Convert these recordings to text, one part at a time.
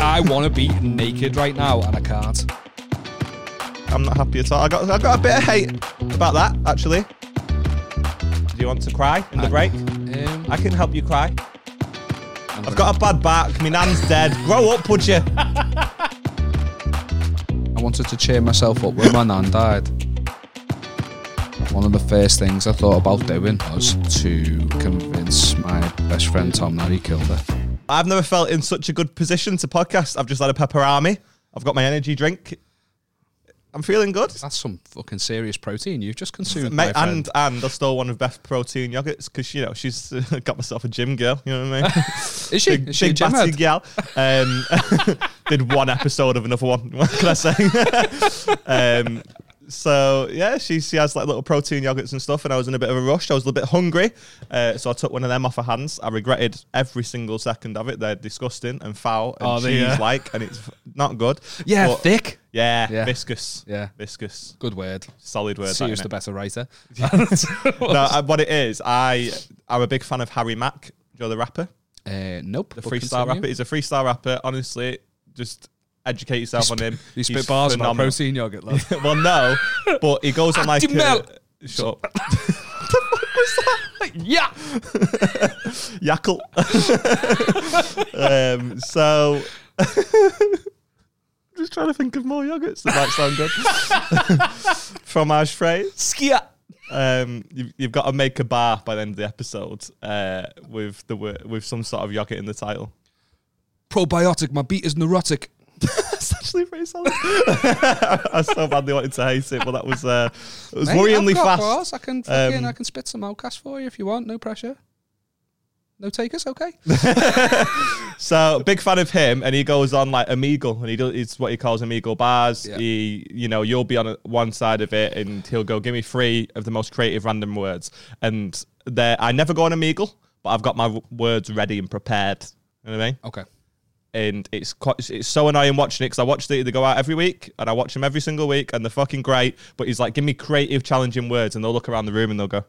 I want to be naked right now and I can't. I'm not happy at all. I got, I got a bit of hate about that, actually. Do you want to cry in the I- break? Um, I can help you cry. I've got a bad back. My nan's dead. Grow up, would you? I wanted to cheer myself up when my nan died. One of the first things I thought about doing was to convince my best friend Tom that he killed her. I've never felt in such a good position to podcast. I've just had a pepperami. I've got my energy drink. I'm feeling good. That's some fucking serious protein you've just consumed, Mate, my friend. and and I stole one of Beth's protein yogurts because you know she's got myself a gym girl. You know what I mean? is she? is she a big gym batty head? gal. Um, did one episode of another one. What can I say? um, so yeah, she she has like little protein yogurts and stuff, and I was in a bit of a rush. I was a little bit hungry, uh, so I took one of them off her hands. I regretted every single second of it. They're disgusting and foul and Are they, yeah? cheese like, and it's not good. Yeah, But- thick. yeah, Yeah. viscous, Yeah. viscous, Good word. solid word. See that, who's innit? the better writer. no, I, what it is, I I'm a big fan of Harry Mack, Joe the rapper, Uh, nope. the freestyle rapper. He's a freestyle rapper. Honestly, just educate yourself on him. He spit He's bars about phenomenal. protein yogurt, love. well, no, but he goes on like. Actimel. a- Shut up. yeah. Yackle. um, so. just trying to think of more yogurts that might sound good. Fromage phrase. Skia. um, you've, you've got to make a bar by the end of the episode uh, with the wor- with some sort of yogurt in the title. Probiotic. My beat is neurotic. That's actually pretty solid. I so badly wanted to hate it, but that was uh, it was Mate, worryingly I've got fast. bars. I can fucking, Um, I can spit some outcast for you if you want. No pressure. No takers. Okay. So big fan of him, and he goes on like Amigo, and he does it's what he calls Amigo bars. Yeah. He, you know, you'll be on a- one side of it, and he'll go, "Give me three of the most creative random words," and there I never go on Amigo, but I've got my w- words ready and prepared. You know what I mean? Okay. and it's quite, it's so annoying watching it because I watch the, they go out every week and I watch them every single week and they're fucking great. But he's like, give me creative, challenging words, and they'll look around the room and they'll go,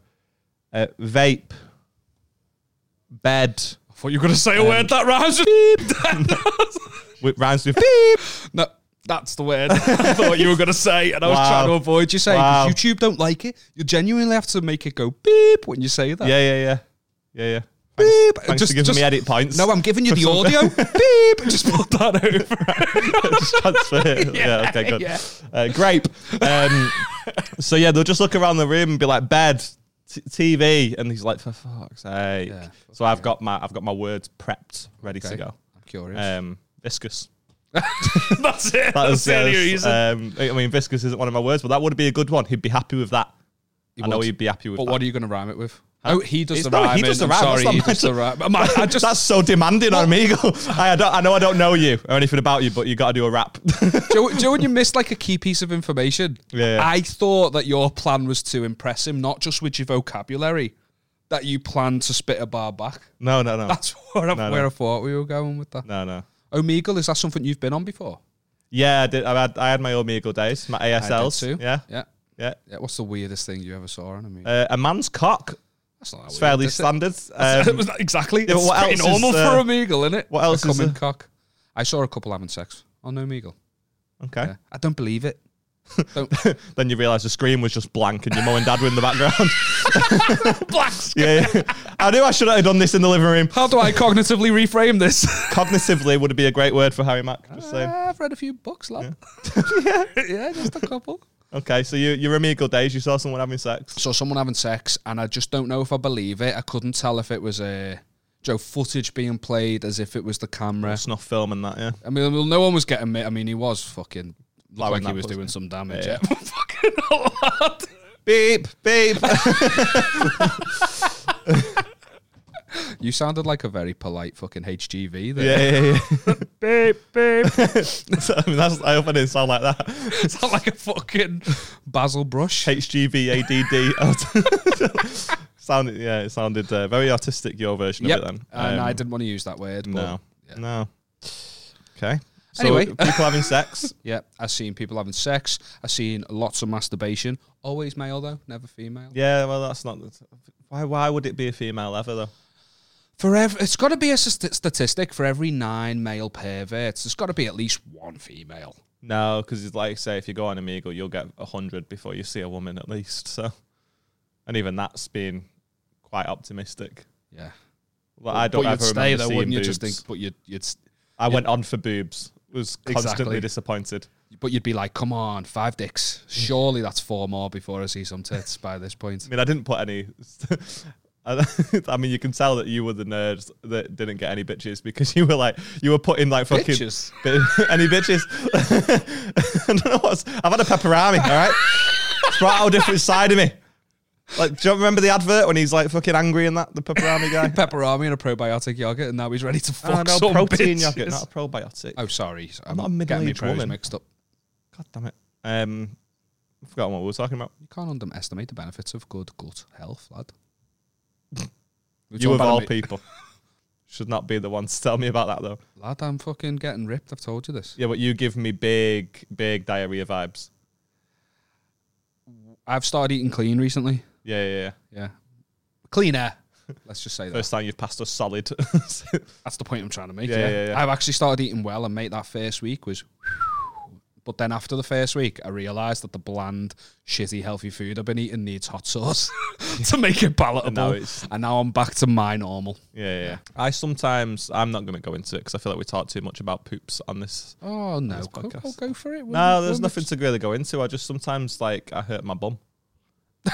uh, vape, bed, I thought you were gonna say a word that rhymes with. with rhymes with beep. no, that's the word I thought you were gonna say, and I was Wow. trying to avoid you saying 'cause Wow. YouTube don't like it. You genuinely have to make it go beep when you say that. Yeah, yeah, yeah, yeah, yeah. Beep. Thanks for giving me edit points. No, I'm giving you for the some- audio. beep. Just put that over. just transfer it. Yeah, okay, good. yeah. Uh, grape. Um, so yeah, they'll just look around the room and be like, bed, t- TV, and he's like, for fuck's sake. Yeah, so I've got my I've got my words prepped, ready to Okay. go. I'm curious. Um, viscous. That's it. That That's was, the only yes, reason. uh, um, I mean, viscous isn't one of my words, but that would be a good one. He'd be happy with that. I know would. he'd be happy with but that. what are you gonna rhyme it with? Oh, he does It's the not- rhyme. he does the I'm rhyme, sorry, that's he not does the rhyme. Man, I just That's so demanding on me. I, I, don't, I know I don't know you or anything about you, but you got to do a rap. Joe, Joe, when you missed like a key piece of information, Yeah, yeah. I thought that your plan was to impress him, not just with your vocabulary, that you planned to spit a bar back. no, no, no, That's where, I, No, no. where I thought we were going with that. no, no. Omegle, is that something you've been on before? Yeah, I, did, I had I had my Omegle days, my I did ASLs. too. Yeah, yeah, yeah. yeah. What's the weirdest thing you ever saw on a Omegle? Uh, a man's cock. That's not that It's weird, fairly is it? standard. Um, was exactly. yeah, but it's what pretty else is, normal uh, for For him. Omegle, innit? what else a is uh, coming there? cock. I saw a couple having sex on Omegle. okay. Yeah. I don't believe it. Don't. Then you realise the screen was just blank, and your mum and dad were in the background. Black. yeah, yeah. I knew I should have done this in the living room. How do I cognitively reframe this? Cognitively would be a great word for Harry Mack. Just saying. Uh, I've read a few books, lad. Yeah, just a couple. Okay, so you, your amigo days, you saw someone having sex. So someone having sex, and I just don't know if I believe it. I couldn't tell if it was a Joe footage being played as if it was the camera. Snuff film and that, yeah. I mean, well, no one was getting me. I mean, he was fucking Blowing like he that was pussy. doing some damage. Yeah. Yeah. Fucking hard. Beep, beep. you sounded like a very polite fucking HGV. There. yeah, yeah, Babe, babe. yeah. So, I mean, that's, I hope I didn't sound like that. sound like a fucking Basil Brush. HGVADD. sounded, yeah, it sounded uh, very artistic, your version yep. of it then. and Um, I didn't want to use that word. But No. Yeah. No. Okay. So Anyway. people having sex. Yeah, I've seen people having sex. I've seen lots of masturbation. Always male though, never female. Yeah, well, that's not. Why? Why would it be a female ever though? For every, it's got to be a st- statistic for every nine male perverts. There's got to be at least one female. No, because like I say, if you go on Amigo, you'll get hundred before you see a woman at least. So, and even that's being quite optimistic. Yeah, Like, I don't but you'd ever stay remember though, seeing wouldn't you? boobs. Just think, but you'd, you'd s- I went on for boobs. Was constantly Exactly. disappointed. but you'd be like, come on, five dicks. Surely that's four more before I see some tits by this point. I mean, I didn't put any. I I mean, you can tell that you were the nerds that didn't get any bitches because you were like, you were putting like fucking Bitches? Bi- any bitches. I don't know what's. I've had a pepperami. All right, it's brought out a different side of me. Like, do you remember the advert when he's like fucking angry and that the pepperami guy? Pepperami and a probiotic yogurt, and now he's ready to fuck Ah, no, some protein bitches. yogurt, not a probiotic. Oh, sorry, I'm, not a getting my middle-aged pros woman. mixed up. God damn it. Um, I forgot what we were talking about. You can't underestimate the benefits of good gut health, lad. We're you talking of about all me- people should not be the one to tell me about that though. lad. I'm fucking getting ripped. I've told you this. Yeah, but you give me big, big diarrhea vibes. I've started eating clean recently. Yeah, yeah, yeah. Yeah, cleaner. Let's just say that. First time you've passed us solid. That's the point I'm trying to make. Yeah, Yeah, yeah, yeah. I've actually started eating well, and mate, that first week was. But then after the first week, I realised that the bland, shitty, healthy food I've been eating needs hot sauce to make it palatable. And now now, it's- I'm back to my normal. yeah, yeah. I sometimes I'm not going to go into it because I feel like we talk too much about poops on this. Oh no, This go, podcast. go for it. No, there's nothing to really go into. I just sometimes like I hurt my bum.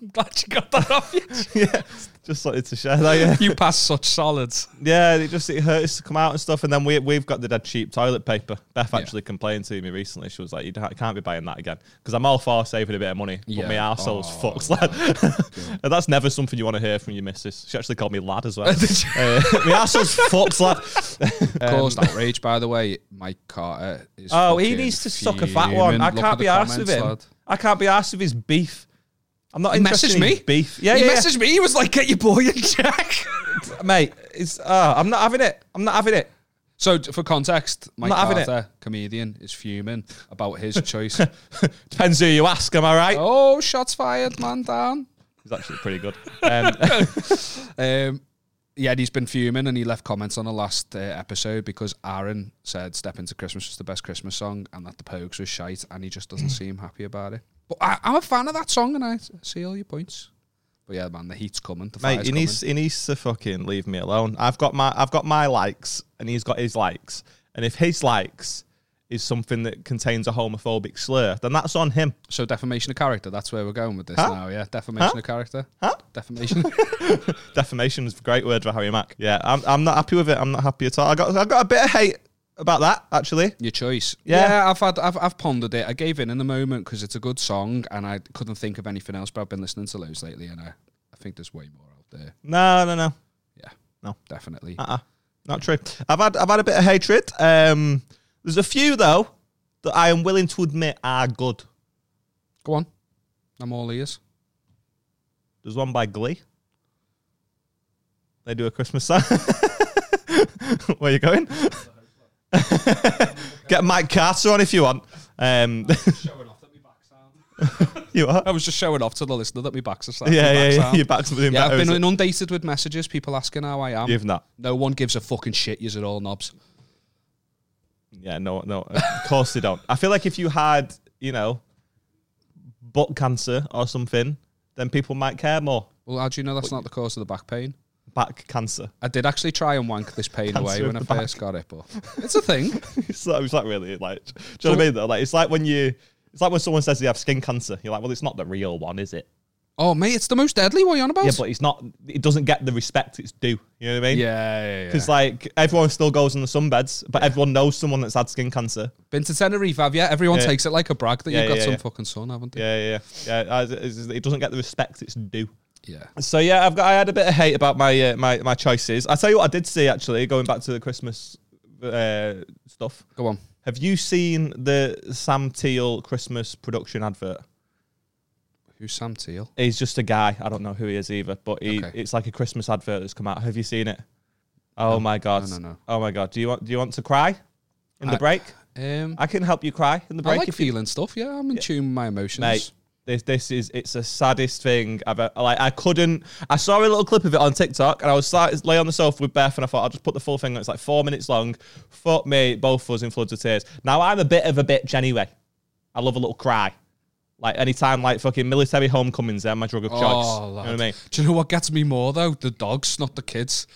I'm glad you got that off you. yeah, just wanted to share Oh, that. Yeah, You pass such solids. yeah. It just it hurts to come out and stuff. And then we we've got the dead cheap toilet paper. Beth Yeah. actually complained to me recently. She was like, "You don't- can't be buying that again," because I'm all for saving a bit of money, Yeah. but my arsehole's Oh, fucked. Lad. and that's never something you want to hear from your missus. She actually called me lad as well. Did you- uh, my arsehole's fucked, lad. Caused outrage, by the way. Mike Carter is. Oh, he fucking needs to suck a fat fuming. one. I Look at can't the be arsed with comments, him. lad. I can't be arsed with his beef. I'm not He interested messaged in his me. beef. Yeah, he yeah, messaged me. He was like, "Get your boy in check." yeah. mate. It's uh, I'm not having it. I'm not having it. So, t- for context, Mike Not having it. Carter, comedian, is fuming about his choice. Depends who you ask. Am I right? oh, shots fired, man down. He's actually pretty good. Um, Um, yeah, and he's been fuming, and he left comments on the last uh, episode because Aaron said "Step Into Christmas" was the best Christmas song, and that the Pogues was shite, and he just Hmm. doesn't seem happy about it. But I, I'm a fan of that song, and I s- see all your points. But yeah, man, the heat's coming. The mate, fire's he needs he needs to fucking leave me alone. I've got my I've got my likes, and he's got his likes. And if his likes is something that contains a homophobic slur, then that's on him. coming. so defamation of character. That's where we're going with this Huh? now. Yeah, defamation of character. Huh? Defamation. Defamation is a great word for Harry Mack. Yeah, I'm, I'm not happy with it. I'm not happy at all. I got I got a bit of hate about that actually. Your choice. Yeah. I've had, I've, I've pondered it. I gave in in the moment because it's a good song, and I couldn't think of anything else. But I've been listening to loads lately, and I, I think there's way more out there. No, no, no. Yeah, No. definitely. Uh, uh not true. I've had I've had a bit of hatred. Um, there's a few though that I am willing to admit are good. Go on, I'm all ears. There's one by Glee. They do a Christmas song. Where you going? Get Mike Carter on if you want. Um, you are. I was just showing off to the listener that my backs are sound. Yeah, my yeah, back's yeah. sound. Your back's doing Yeah, better. I've is been it? inundated with messages, people asking how I am. You've not. no one gives a fucking shit. You're all knobs. Yeah, no, no. Of course they don't. I feel like if you had, you know, butt cancer or something, then people might care more. Well, how do you know that's not the cause of the back pain? Back cancer. I did actually try and wank this pain away Cancer when I of the first got it, but it's a thing. it's, like, it's like really like. Do you know what I mean? Though, like it's like when you, it's like when someone says they have skin cancer. You're like, well, it's not the real one, is it? Oh, mate, it's the most deadly. What are you on about? Yeah, but it's not. It doesn't get the respect it's due. You know what I mean? yeah, yeah, yeah. Because like everyone still goes on the sunbeds, but everyone knows someone that's had skin cancer. Been to Tenerife, have you? Everyone Yeah. takes it like a brag that Yeah, you've got yeah, some yeah. fucking sun, haven't you? Yeah, yeah, yeah. yeah I- it's- it doesn't get the respect it's due. Yeah. So yeah, I've got I had a bit of hate about my uh, my my choices. I tell you what, I did see actually going back to the Christmas uh, stuff. Go on. Have you seen the Sam Teal Christmas production advert? Who's Sam Teal? He's just a guy. I don't know who he is either, but he, Okay. it's like a Christmas advert that's come out. Have you seen it? Oh my god! no, no. Oh my god! Do you want do you want to cry in the I- break? Um, I can help you cry in the I break like if you feeling stuff. Yeah, I'm in tune with my emotions. mate. This this is it's the saddest thing I've e- like. I couldn't. I saw a little clip of it on TikTok, and I was sat, lay on the sofa with Beth, and I thought I'll just put the full thing. on. It's like four minutes long. Fuck me, both of us in floods of tears. Now I'm a bit of a bitch anyway. I love a little cry. Like anytime, like fucking military homecomings, they're my drug of choice. you know what I Oh, lad. mean? Do you know what gets me more though? The dogs, not the kids.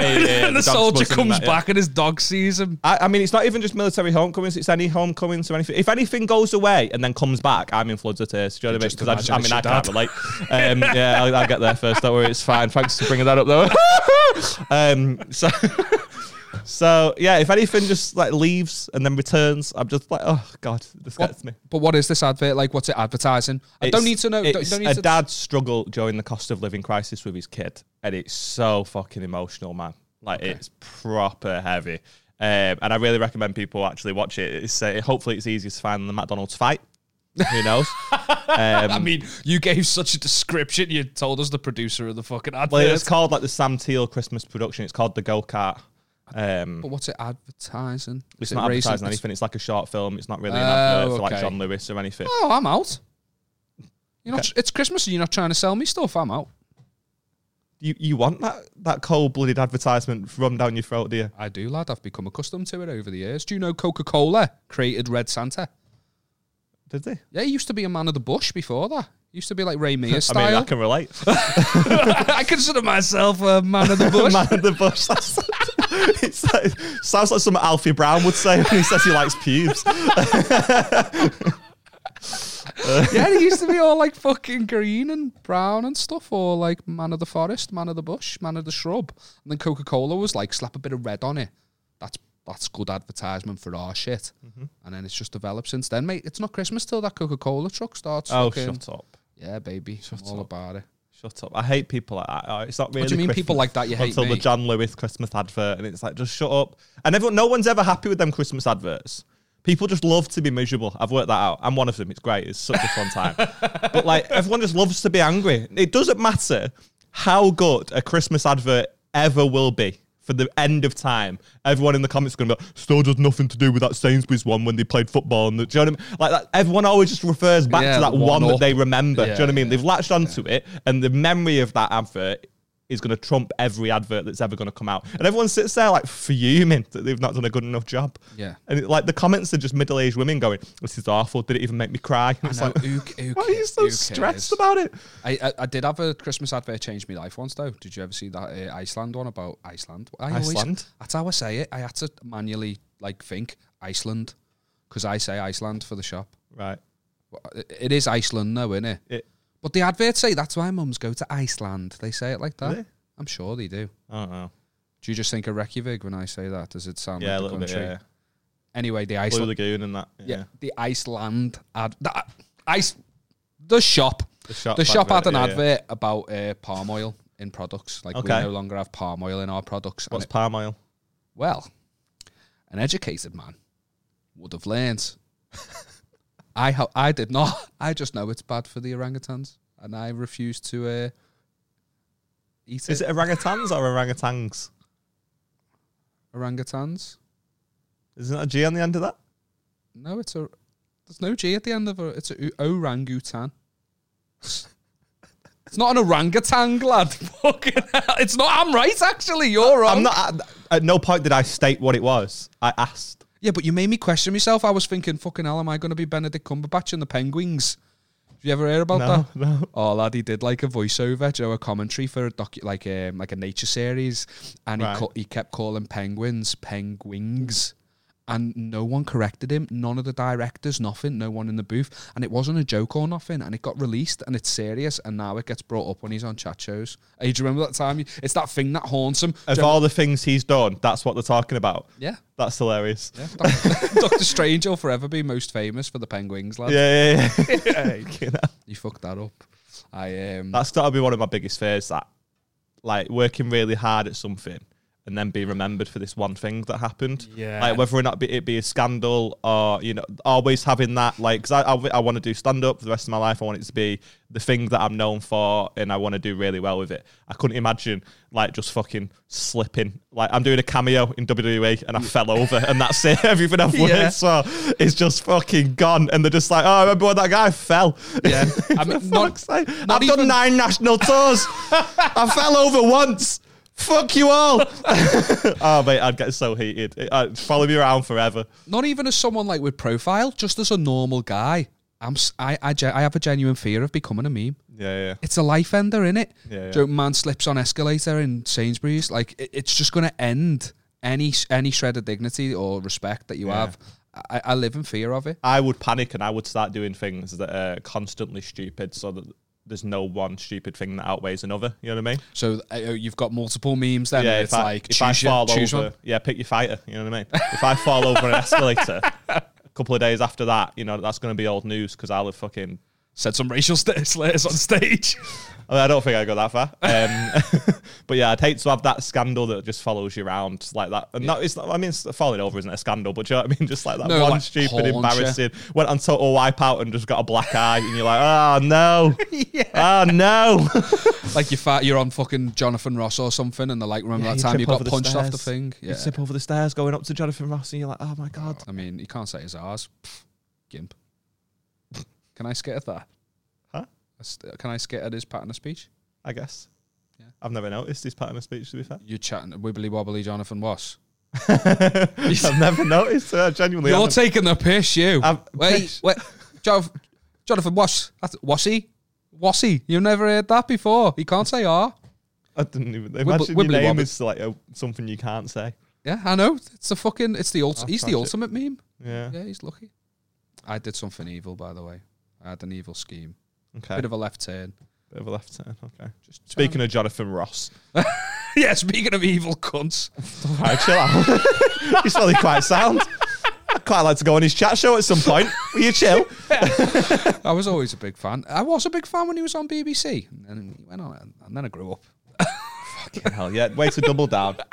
Do you know yeah, what I yeah, mean? yeah, And the the dogs soldier must have comes met, yeah. back and his dog sees him. I, I mean, it's not even just military homecomings; it's any homecomings or anything. If anything goes away and then comes back, I'm in floods of tears. Do you know what I mean? Just Because I, just- I mean, imagine I it's can't relate. Um, yeah, I'll, I'll get there first. Don't worry, it's fine. Thanks for bringing that up, though. um, so, so yeah, if anything just like leaves and then returns, I'm just like, oh god, this What- gets me. But what is this advert like? What's it advertising? I It's- don't need to know. Don't, It's don't need a to dad's struggle during the cost of living crisis with his kid, and it's so fucking emotional, man. Like it's proper heavy, um, and I really recommend people actually watch it. It's uh, hopefully it's easier to find than the McDonald's fight. Who knows? I um, mean, you gave such a description. You told us the producer of the fucking advert. well, it's called like the Sam Teal Christmas production. It's called the Go Kart. Um, but what's it advertising? it's Is it not racing? advertising anything. It's like a short film. It's not really an Oh, advert for okay. like John Lewis or anything. It's- Oh, I'm out. You're not. It's Christmas, and you're not trying to sell me stuff. I'm out. You you want that that cold blooded advertisement run down your throat, do you? I do, lad. I've become accustomed to it over the years. Do you know Coca Cola created Red Santa? Did they? Yeah, he used to be a man of the bush before that. He used to be like Ray Mears I mean, style. I can relate. I consider myself a man of the bush. man in the bush. That's, it's like, sounds like something Alfie Brown would say when he says he likes pubes. yeah, he used to be all like fucking green and brown and stuff, or like man of the forest, man of the bush, man of the shrub. And then Coca Cola was like, slap a bit of red on it. That's that's good advertisement for our shit. And then it's just developed since then, mate. It's not Christmas till that Coca Cola truck starts. Oh, fucking- shut up. yeah, baby, I'm all about it. Shut up. I hate people like that. Oh, It's not really What do you mean Christmas people like that? You hate Until me. the John Lewis Christmas advert, and it's like, just shut up. And everyone, no one's ever happy with them Christmas adverts. People just love to be miserable. I've worked that out. I'm one of them. It's great. It's such a fun time. but like, everyone just loves to be angry. It doesn't matter how good a Christmas advert ever will be for the end of time. Everyone in the comments is going to be like, still does nothing to do with that Sainsbury's one when they played football. And the, do you know what I mean? Like, that, everyone always just refers back Yeah, to that the one one-up. that they remember. do you know what I Yeah, mean? They've latched onto it, and the memory of that advert is going to trump every advert that's ever going to come out. And everyone sits there like fuming that they've not done a good enough job. Yeah. And it, like the comments are just middle aged women going, "This is awful. Did it even make me cry?" And it's No, like, who, ca- who why are you cares? so Who cares? stressed about it? I, I I did have a Christmas advert change my life once though. Did you ever see that uh, Iceland one about Iceland? I always- Iceland? that's how I say it. I had to manually like think Iceland because I say Iceland for the shop. Right. Well, it- It is Iceland though, isn't it? It, But the adverts say that's why mums go to Iceland. They say it like that. they? I'm sure they do. I don't know. Do you just think of Reykjavik when I say that? Does it sound like Yeah, a the little bit. country? Yeah. yeah. Anyway, the Blue Iceland, Lagoon and that. yeah. Yeah. the Iceland ad, the, uh, ice, the shop. The shop, the shop had advert, an yeah, yeah. advert about uh, palm oil in products. Like Okay. we no longer have palm oil in our products. and What's it- palm oil? well, an educated man would have learned. I ho- I did not. I just know it's bad for the orangutans, and I refuse to uh, eat Is it. it orangutans or orangutans? Orangutans? Isn't that a G on the end of that? No, it's a. There's no G at the end of it. It's a o- orangutan. It's not an orangutan, lad. Fucking hell. It's not. I'm right, actually. You're wrong. I'm not. At, at no point did I state what it was. I asked. Yeah, but you made me question myself. I was thinking, fucking hell, am I going to be Benedict Cumberbatch in the Penguins? Have you ever heard about No, that? no. Oh lad, he did like a voiceover, Joe, a commentary for a docu- like um, like a nature series, and Right. he ca- he kept calling penguins penguins, and no one corrected him. None of the directors, nothing, no one in the booth, and it wasn't a joke or nothing. And it got released, and it's serious, and now it gets brought up when he's on chat shows. Hey, do you remember that time? It's that thing that haunts him. Of Joe- all the things he's done, that's what they're talking about. yeah. That's hilarious. Yeah, Doc- Doctor Strange will forever be most famous for the penguins, lad. Yeah, yeah, yeah. Fucking hell. You fucked that up. I um, Uh, That's got to be one of my biggest fears. That, like, working really hard at something and then be remembered for this one thing that happened. Yeah. Like whether or not be, it be a scandal or, you know, always having that, like, because I, I, want to do stand up for the rest of my life. I want it to be the thing that I'm known for and I want to do really well with it. I couldn't imagine, like, just fucking slipping. Like, I'm doing a cameo in WWE and I fell over and that's it. Everything I've worked Yeah. for is just fucking gone. And they're just like, oh, I remember when that guy fell. Yeah. I mean, For not- fuck's sake. I've not done even- nine national tours. I fell over once. Fuck you all. oh, mate, I'd get so heated. It- I'd follow me around forever. Not even as someone like with profile, just as a normal guy. I'm s- I I ge- I have a genuine fear of becoming a meme. Yeah, It's a life ender, innit? Yeah, yeah. Joke man slips on escalator in Sainsbury's. Like it, it's just going to end any any shred of dignity or respect that you Yeah. have. I, I live in fear of it. I would panic and I would start doing things that are constantly stupid so that there's no one stupid thing that outweighs another. You know what I mean? So uh, you've got multiple memes. Then yeah, and it's I, like if choose, I your- fall choose over, one. yeah, pick your fighter. You know what I mean? If I fall over an escalator, a couple of days after that, you know that's going to be old news because I'll have fucking Said some racial st- slurs on stage. I, mean, I don't think I go that far. Um, but yeah, I'd hate to have that scandal that just follows you around like that. And not, it's not, I mean, it's- falling over isn't a scandal, but do you know what I mean? Just like that No, one like, stupid, haunch you. embarrassing, went on total wipeout and just got a black eye, and you're like, oh no, oh no. like you're fat, you're on fucking Jonathan Ross or something, and they're like, remember that time you got punched off the thing? You Yeah. tip over the stairs going up to Jonathan Ross, and you're like, oh my god. I mean, you can't say it's ours. Pff, gimp. Can I skit at that? Huh? I st- uh, Can I skit at his pattern of speech? I guess. Yeah. I've never noticed his pattern of speech. To be fair, You're chatting wibbly wobbly Jonathan Ross. I've never noticed. Uh, genuinely, You're haven't. taking the piss, you. I'm- wait, wait, jo- Jonathan Wass, that's Wassy, Wassy. You've never heard that before. You can't say R. I didn't even imagine wibbly your name wobbly. is like a, something you can't say. Yeah, I know. It's the fucking. It's the ult- Oh, He's the tragic. ultimate meme. Yeah. Yeah, he's lucky. I did something evil, by the way. I had an evil scheme. Okay. Bit of a left turn. Bit of a left turn. Okay. Just Speaking of Jonathan Ross, yeah, speaking of evil cunts. right, chill out. He's probably quite sound. I'd quite like to go on his chat show at some point. Will you chill? I was always a big fan. I was a big fan when he was on BBC, and then he went on, it, and then I grew up. Fucking hell, yeah. Way to double down.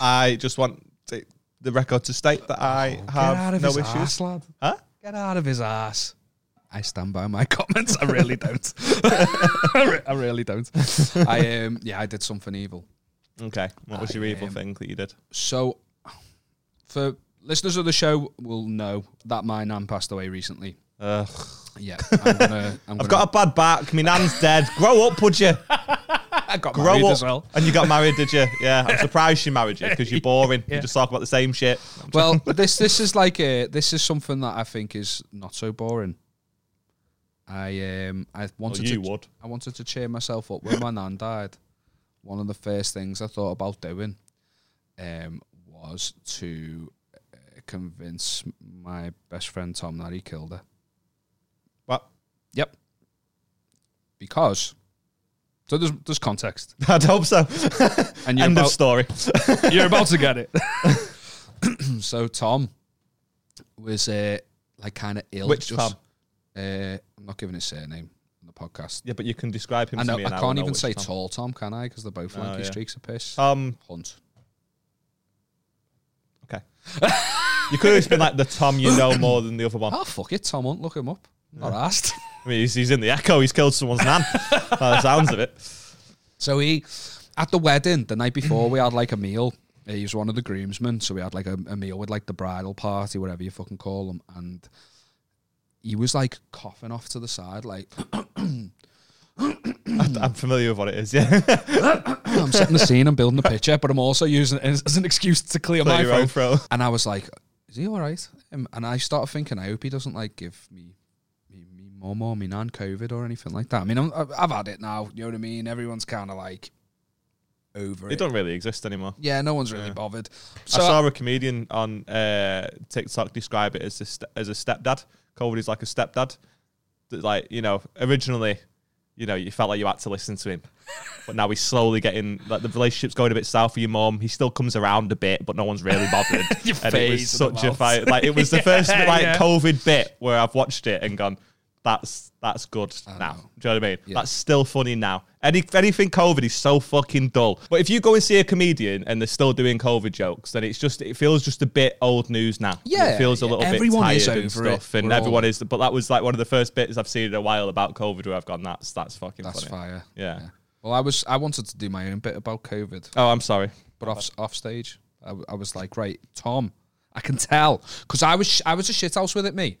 I just want to, the record to state that I Get have out of no his issues. ass, lad. Huh? Get out of his ass. I stand by my comments. I really don't. I, re- I really don't. I um, yeah, I did something evil. Okay. What was your evil am- thing that you did? So, for listeners of the show, will know that my nan passed away recently. Ugh. Yeah, I'm gonna. I'm I've gonna got a bad back. My nan's dead. Grow up, would you? I got Grow married up. as well. And you got married, did you? Yeah. I'm surprised she married you because you're boring. You just talk about the same shit. Well, this this is like a this is something that I think is not so boring. I um I wanted you to would. I wanted to cheer myself up when my nan died. One of the first things I thought about doing um was to uh, convince my best friend Tom that he killed her. What? Yep. Because so there's there's context, I'd hope so. and you're End of about story. You're about to get it. so Tom was uh, like kind of ill. Which Tom? Uh, I'm not giving his surname on the podcast. Yeah, but you can describe him I to know me. I and will can't know even which say Tom. tall Tom, can I? Because they're both Oh, lanky yeah. streaks of piss. Tom. Hunt. Okay. you could have just been like the Tom you know more than the other one. Oh fuck it, Tom Hunt. Look him up. Not asked. I mean, he's, he's in the echo. He's killed someone's nan. by the sounds of it. So he, at the wedding, the night before, we had like a meal. He was one of the groomsmen, so we had like a, a meal with like the bridal party, whatever you fucking call them. And he was like coughing off to the side, like I'm familiar with what it is. Yeah, I'm setting the scene, I'm building the picture, but I'm also using it as, as an excuse to clear my your own throat. throat. And I was like, is he all right? Um, and I started thinking, I hope he doesn't like give me me, me mum or me nan COVID or anything like that. I mean, I'm, I've- I've had it now. You know what I mean? Everyone's kind of like over It it. don't really exist anymore. Yeah, no one's really Yeah. bothered. I So saw a comedian on uh, TikTok describe it as a st- as a stepdad. COVID is like a stepdad. That like you know, originally, you know, you felt like you had to listen to him, but now he's slowly getting like the relationship's going a bit south for your mom. He still comes around a bit, but no one's really bothered. Your and it was face and such a mouth. fight. Like it was the first like yeah. COVID bit where I've watched it and gone. that's that's good now. know. Do you know what I mean? Yeah. That's still funny now. Any anything COVID is so fucking dull. But if you go and see a comedian and they're still doing COVID jokes, then it's just it feels just a bit old news now. Yeah, it feels a yeah. little bit Everyone tired is and over it. stuff, and We're all- everyone is. But that was like one of the first bits I've seen in a while about COVID where I've gone. That's that's fucking That's funny. fire. Yeah. Well, I was I wanted to do my own bit about COVID, Oh, I'm sorry. but off off stage, I, w- I was like, right, Tom, I can tell because I was sh- I was a shithouse with it, me.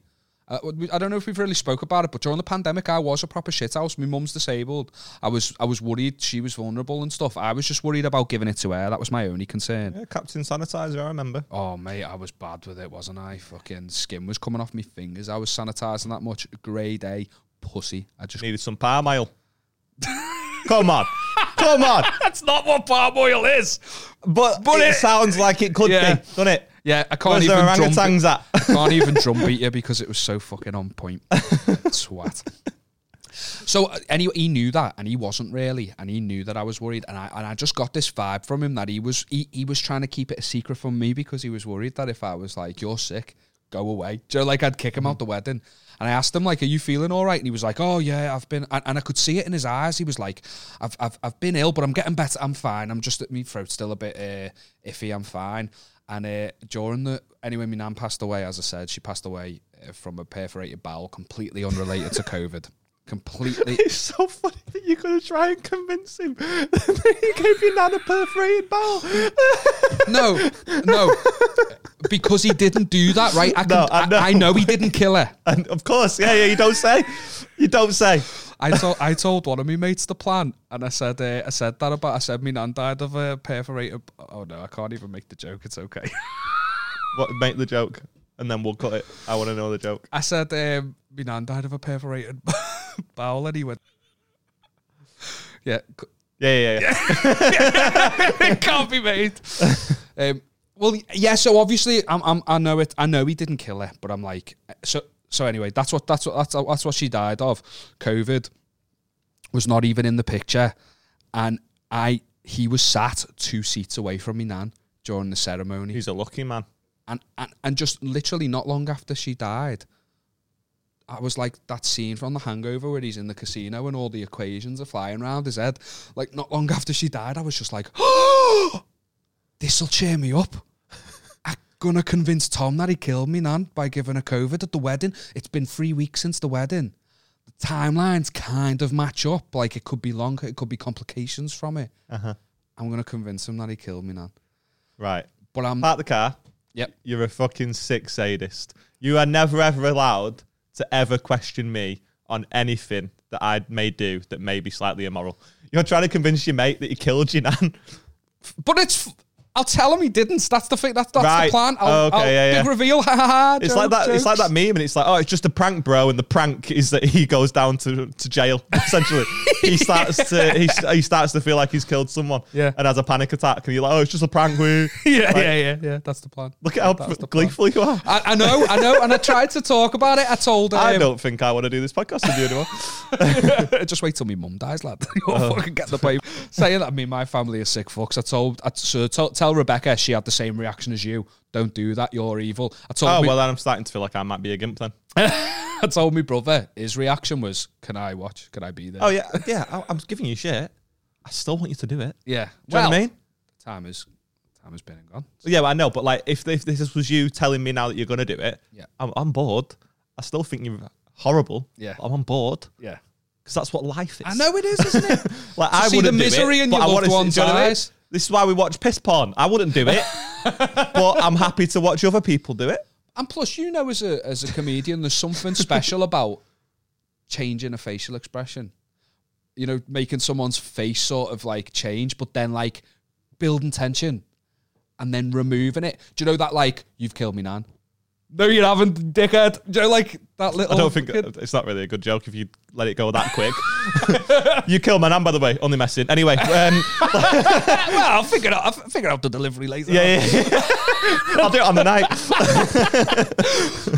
Uh, we- I don't know if we've really spoke about it, but during the pandemic, I was a proper shithouse. My mum's disabled. I was I was worried she was vulnerable and stuff. I was just worried about giving it to her. That was my only concern. Yeah, Captain Sanitizer. I remember. Oh mate, I was bad with it, wasn't I? Fucking skin was coming off my fingers. I was sanitising that much. Grade A pussy. I just Needed some palm oil. Come on. Come on. That's not what palm oil is. But, but it, sounds like it could Yeah. be, doesn't it? yeah, I can't Where's the even drum orangutans at? Can't even drum beat you because it was so fucking on point. Swat. So uh, anyway, he knew that, and he wasn't really, and he knew that I was worried, and I and I just got this vibe from him that he was he, he was trying to keep it a secret from me because he was worried that if I was like you're sick, go away, so like I'd kick him out the wedding. And I asked him like, "Are you feeling all right?" And he was like, "Oh yeah, I've been," and, and I could see it in his eyes. He was like, "I've I've I've been ill, but I'm getting better. I'm fine. I'm just my throat's still a bit uh, iffy. I'm fine." And uh, during the anyway, my nan passed away. As I said, she passed away uh, from a perforated bowel, completely unrelated to COVID. Completely It's so funny that you're going to try and convince him that he gave your nan a perforated bowel. No, no, because he didn't do that, right? I, can, No, I I, know. know. I, know he didn't kill her. And of course, yeah, yeah, you don't say. You don't say. I told I told one of my mates the plan, and I said uh, I said that about I said my nan died of a perforated. Oh no, I can't even make the joke. It's okay. What, make the joke and then we'll cut it. I want to know the joke. I said um, my nan died of a perforated bowel, and he went, yeah, c- Yeah, yeah, yeah. it can't be made. Um, well, yeah. So obviously, I'm, I'm, I know it. I know he didn't kill her, but I'm like, so, so anyway, that's what, that's what, that's, that's what she died of. COVID was not even in the picture, and I, he was sat two seats away from me nan during the ceremony, He's a lucky man. and, and and just literally not long after she died. I was like that scene from The Hangover where he's in the casino and all the equations are flying around his head. Like not long after she died, I was just like, this'll cheer me up. I'm gonna convince Tom that he killed me, Nan, by giving her COVID at the wedding. It's been three weeks since the wedding. The timelines kind of match up. Like it could be longer, it could be complications from it. Uh-huh. I'm gonna convince him that he killed me, Nan. Right. But I'm Park the car. yep. You're a fucking sick sadist. You are never ever allowed to ever question me on anything that I may do that may be slightly immoral. You're trying to convince your mate that he killed your nan. But it's. f- I'll tell him he didn't. That's the thing. That's that's Right. the plan. I'll, Okay, I'll, yeah, Big yeah. reveal. Ha ha ha. It's like that. It's like that meme, and it's like, oh, it's just a prank, bro. And the prank is that he goes down to, to jail. Essentially, he starts to he, he starts to feel like he's killed someone, Yeah. and has a panic attack. And you're like, oh, it's just a prank. We Yeah, yeah, yeah, yeah. That's the plan. look at how That's the plan. gleeful you are. I, I know, I know, and I tried to talk about it. I told him. I don't think I want to do this podcast with you anymore. Just wait till my mum dies, lad. You'll Oh. fucking get the paper. Saying that, I mean, my family are sick fucks. I told, I, so t- tell Rebecca she had the same reaction as you. Don't do that. You're evil. I told. oh me, well, then I'm starting to feel like I might be a gimp then. I told my brother. His reaction was, "Can I watch? Can I be there?" Oh yeah, yeah. I, I'm giving you shit. I still want you to do it. yeah. Do you know what I mean? time is, time has been and gone. Yeah, well, I know, but like, if, if this was you telling me now that you're gonna do it, Yeah. I'm, I'm bored. I still think you're horrible. Yeah. I'm on board Yeah. because that's what life is. I know it is, isn't it? Like, To I see wouldn't the misery do it, in but your I loved wanna see- one's do you know what I mean? eyes. This is why we watch piss porn. I wouldn't do it, but I'm happy to watch other people do it. And plus, you know, as a as a comedian, there's something special about changing a facial expression. You know, making someone's face sort of like change, but then like building tension and then removing it. Do you know that like you've killed me, Nan? No, you haven't, dickhead. Do you know, like that little? I don't think fucking- it's not really a good joke if you let it go that quick. you kill my nan, by the way. Only messing. Anyway, um, well, I'll figure it out. I'll figure out the delivery later. yeah, yeah. I'll do it on the night.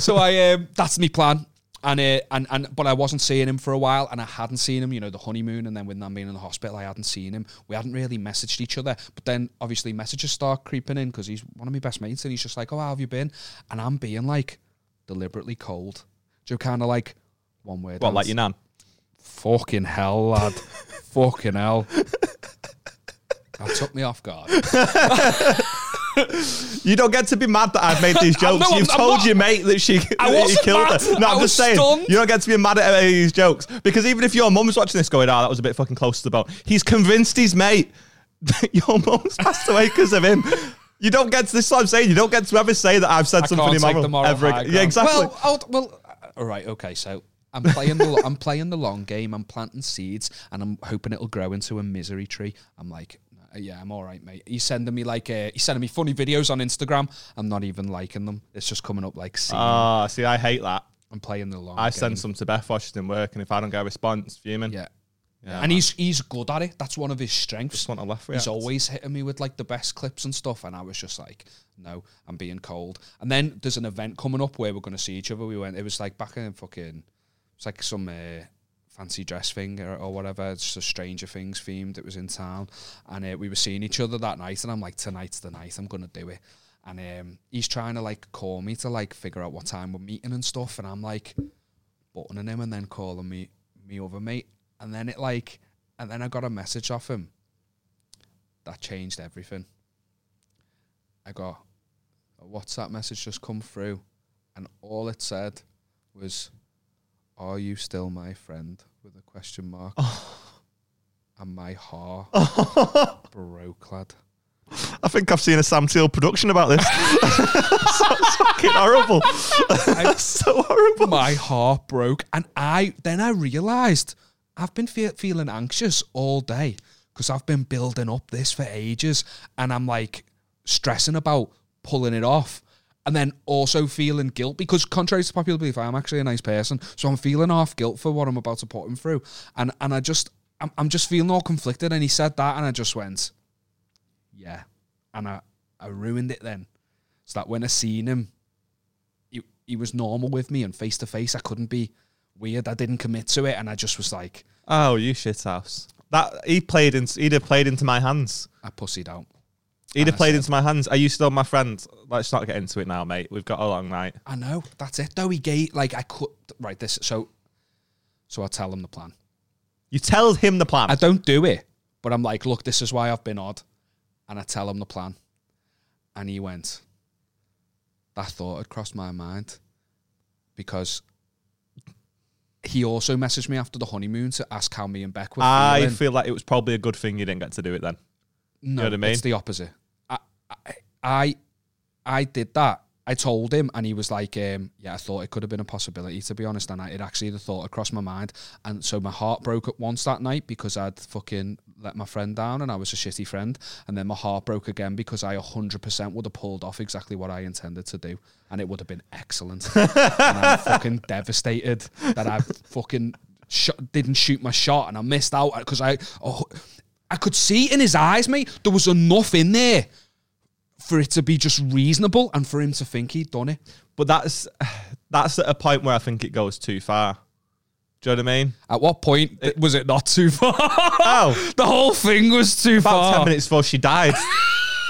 so I um, that's my plan. And, uh, and and but I wasn't seeing him for a while, and I hadn't seen him. You know, the honeymoon, and then with Nan being in the hospital, I hadn't seen him. We hadn't really messaged each other, but then obviously messages start creeping in because he's one of my best mates, and he's just like, "Oh, how have you been?" And I'm being like deliberately cold, so kind of like one word. What, like answer. your nan? Fucking hell, lad. Fucking hell. That took me off guard. You don't get to be mad that I've made these I'm- jokes. no, You've I'm- I'm told not- your mate that she I that he wasn't killed mad. her. No, I I'm was just saying. stunned. You don't get to be mad at any of these jokes because even if your mum's watching this, going, "Ah, that was a bit fucking close to the bone," he's convinced his mate that your mum's passed away because of him. You don't get to this. Is what I'm saying. You don't get to ever say that I've said I something can't take immoral the moral ever high again. Yeah, ground. exactly. Well, I'll- well, uh, all right, okay. So I'm playing the I'm playing the long game. I'm planting seeds, and I'm hoping it'll grow into a misery tree. I'm like, uh, yeah, I'm all right, mate. He's sending me like, uh, he's sending me funny videos on Instagram. I'm not even liking them. It's just coming up like seed. Ah, see, I hate that. I'm playing the long. I game. send some to Beth while she's in work, and if I don't get a response, fuming. Yeah. Yeah, and he's he's good at it. That's one of his strengths. Just want a left He's react. always hitting me with like the best clips and stuff, and I was just like, no, I'm being cold. And then there's an event coming up where we're going to see each other. We went. It was like back in fucking. It's like some uh, fancy dress thing or, or whatever. It's just a Stranger Things themed. It was in town, and uh, we were seeing each other that night. And I'm like, tonight's the night. I'm gonna do it. And um, he's trying to like call me to like figure out what time we're meeting and stuff. And I'm like, buttoning him and then calling me me other mate. And then it like and then I got a message off him. That changed everything. I got a WhatsApp message just come through and all it said was Are you still my friend? with a question mark. And my heart broke lad. I think I've seen a Sam Teal production about this. That's fucking horrible. I- so horrible. my heart broke and i then i realized i've been fe- feeling anxious all day because i've been building up this for ages and i'm like stressing about pulling it off and then also feeling guilt because contrary to popular belief i'm actually a nice person so i'm feeling half guilt for what i'm about to put him through and and i just i'm, I'm just feeling all conflicted and he said that and i just went yeah and i i ruined it then so that when i seen him he, he was normal with me and face to face. I couldn't be weird. I didn't commit to it, and I just was like, Oh, you shithouse. That he played in, he'd have played into my hands. I pussied out. He'd Ah, have played into my hands. Are you still my friend? Let's not get into it now, mate. We've got a long night. I know that's it. Though he gave like I could right this. So, so I tell him the plan. You tell him the plan. I don't do it, but I'm like, look, this is why I've been odd, and I tell him the plan, and he went. That thought had crossed my mind because he also messaged me after the honeymoon to ask how me and Beck were I feeling. feel like it was probably a good thing you didn't get to do it then. No, know what I mean? it's the opposite. I, I, I, I did that. I told him, and he was like, um, "Yeah, I thought it could have been a possibility, to be honest." And I, it actually the thought had crossed my mind, and so my heart broke at once that night because I'd fucking let my friend down, and I was a shitty friend. And then my heart broke again because I 100% would have pulled off exactly what I intended to do, and it would have been excellent. and I'm fucking devastated that I fucking sh- didn't shoot my shot, and I missed out because I. Oh, I could see it in his eyes, mate. There was enough in there for it to be just reasonable and for him to think he'd done it. But that's that's at a point where I think it goes too far. Do you know what I mean? At what point th- was it not too far? Oh. the whole thing was too About far. 10 minutes before she died.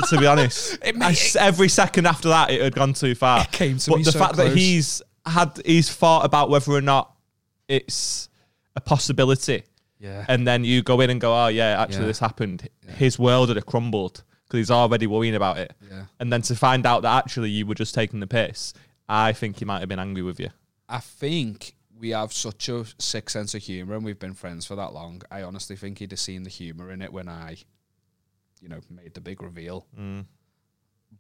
to be honest, Oh. It ma- I s- every second after that, it had gone too far. It came to but me the so fact that close. he's had he's thought about whether or not it's a possibility, Yeah. and then you go in and go, oh yeah, actually Yeah. this happened. His world would have crumbled because he's already worrying about it. Yeah. And then to find out that actually you were just taking the piss, I think he might have been angry with you. I think we have such a sick sense of humour and we've been friends for that long. I honestly think he'd have seen the humour in it when I, you know, made the big reveal. Mm.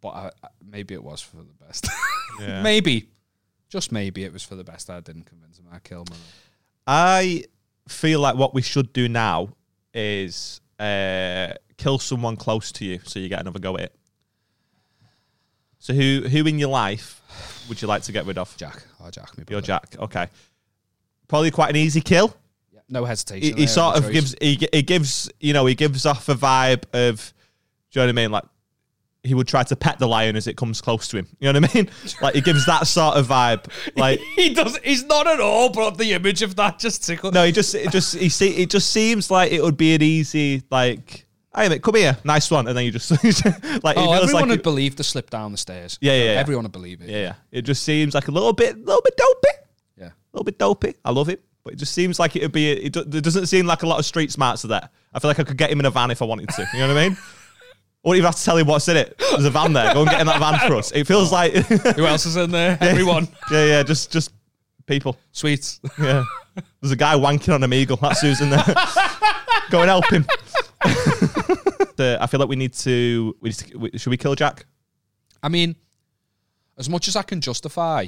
But I, I- maybe it was for the best. Yeah. maybe. Just maybe it was for the best. I didn't convince him I killed him. I feel like what we should do now is uh, kill someone close to you so you get another go at it. So who who in your life would you like to get rid of? Jack. Oh, Jack. Me Your Jack. Okay. Probably quite an easy kill. Yeah, no hesitation. He, there, he sort no of choice. gives he, gi- he gives you know he gives off a vibe of do you know what I mean like he would try to pet the lion as it comes close to him. You know what I mean? Like he gives that sort of vibe. Like He does. He's not at all. But the image of that just tickled. No, it just it just he see it just seems like it would be an easy like hey mate, come here, nice one, and then you just like Oh, it feels everyone like would it- believe the slip down the stairs. Yeah, yeah, yeah. Everyone would believe it. yeah, yeah, it just seems like a little bit, little bit dopey. yeah. little bit dopey. I love him, but it just seems like it would be. It, do- there doesn't seem like a lot of street smarts are there. I feel like I could get him in a van if I wanted to. You know what I mean? I wouldn't even have to tell him what's in it. There's a van there. Go and get in that van for us. It feels Oh. like, yeah, Who else is in there? Everyone. yeah, just just people. Sweet. Yeah. There's a guy wanking on an eagle. That's who's in there. Go and help him. The- I feel like we need to. We need to we, should we kill Jack? I mean, as much as I can justify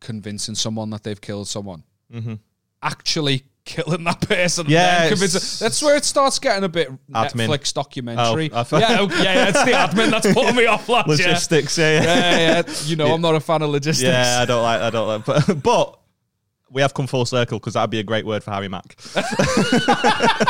convincing someone that they've killed someone, Mm-hmm. actually killing that person, Yeah, yeah, it's- that's where it starts getting a bit Admin. Netflix documentary. Oh, I thought- yeah, okay, yeah, yeah, it's the admin. That's That's putting me off last year. Logistics. Yeah. Yeah. yeah, yeah. You know, I'm not a fan of logistics. yeah I don't like. I don't like. But, but we have come full circle because that'd be a great word for Harry Mack.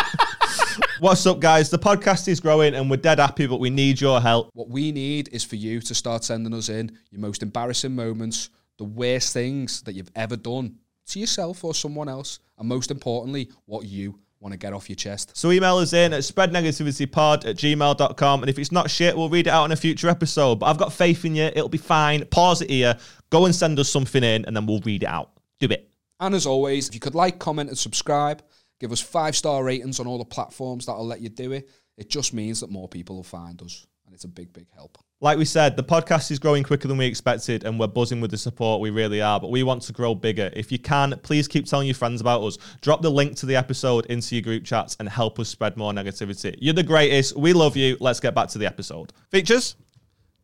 What's up, guys? The podcast is growing and we're dead happy, but we need your help. What we need is for you to start sending us in your most embarrassing moments, the worst things that you've ever done to yourself or someone else, and most importantly, what you want to get off your chest. So email us in at spreadnegativitypod at gmail.com. And if it's not shit, we'll read it out in a future episode. But I've got faith in you. It'll be fine. Pause it here. Go and send us something in and then we'll read it out. Do it. And as always, if you could like, comment, and subscribe, give us five star ratings on all the platforms that'll let you do it. It just means that more people will find us, and it's a big, big help. Like we said, the podcast is growing quicker than we expected and we're buzzing with the support. We really are. But we want to grow bigger. If you can, please keep telling your friends about us. Drop the link to the episode into your group chats and help us spread more negativity. You're the greatest. We love you. Let's get back to the episode. Features?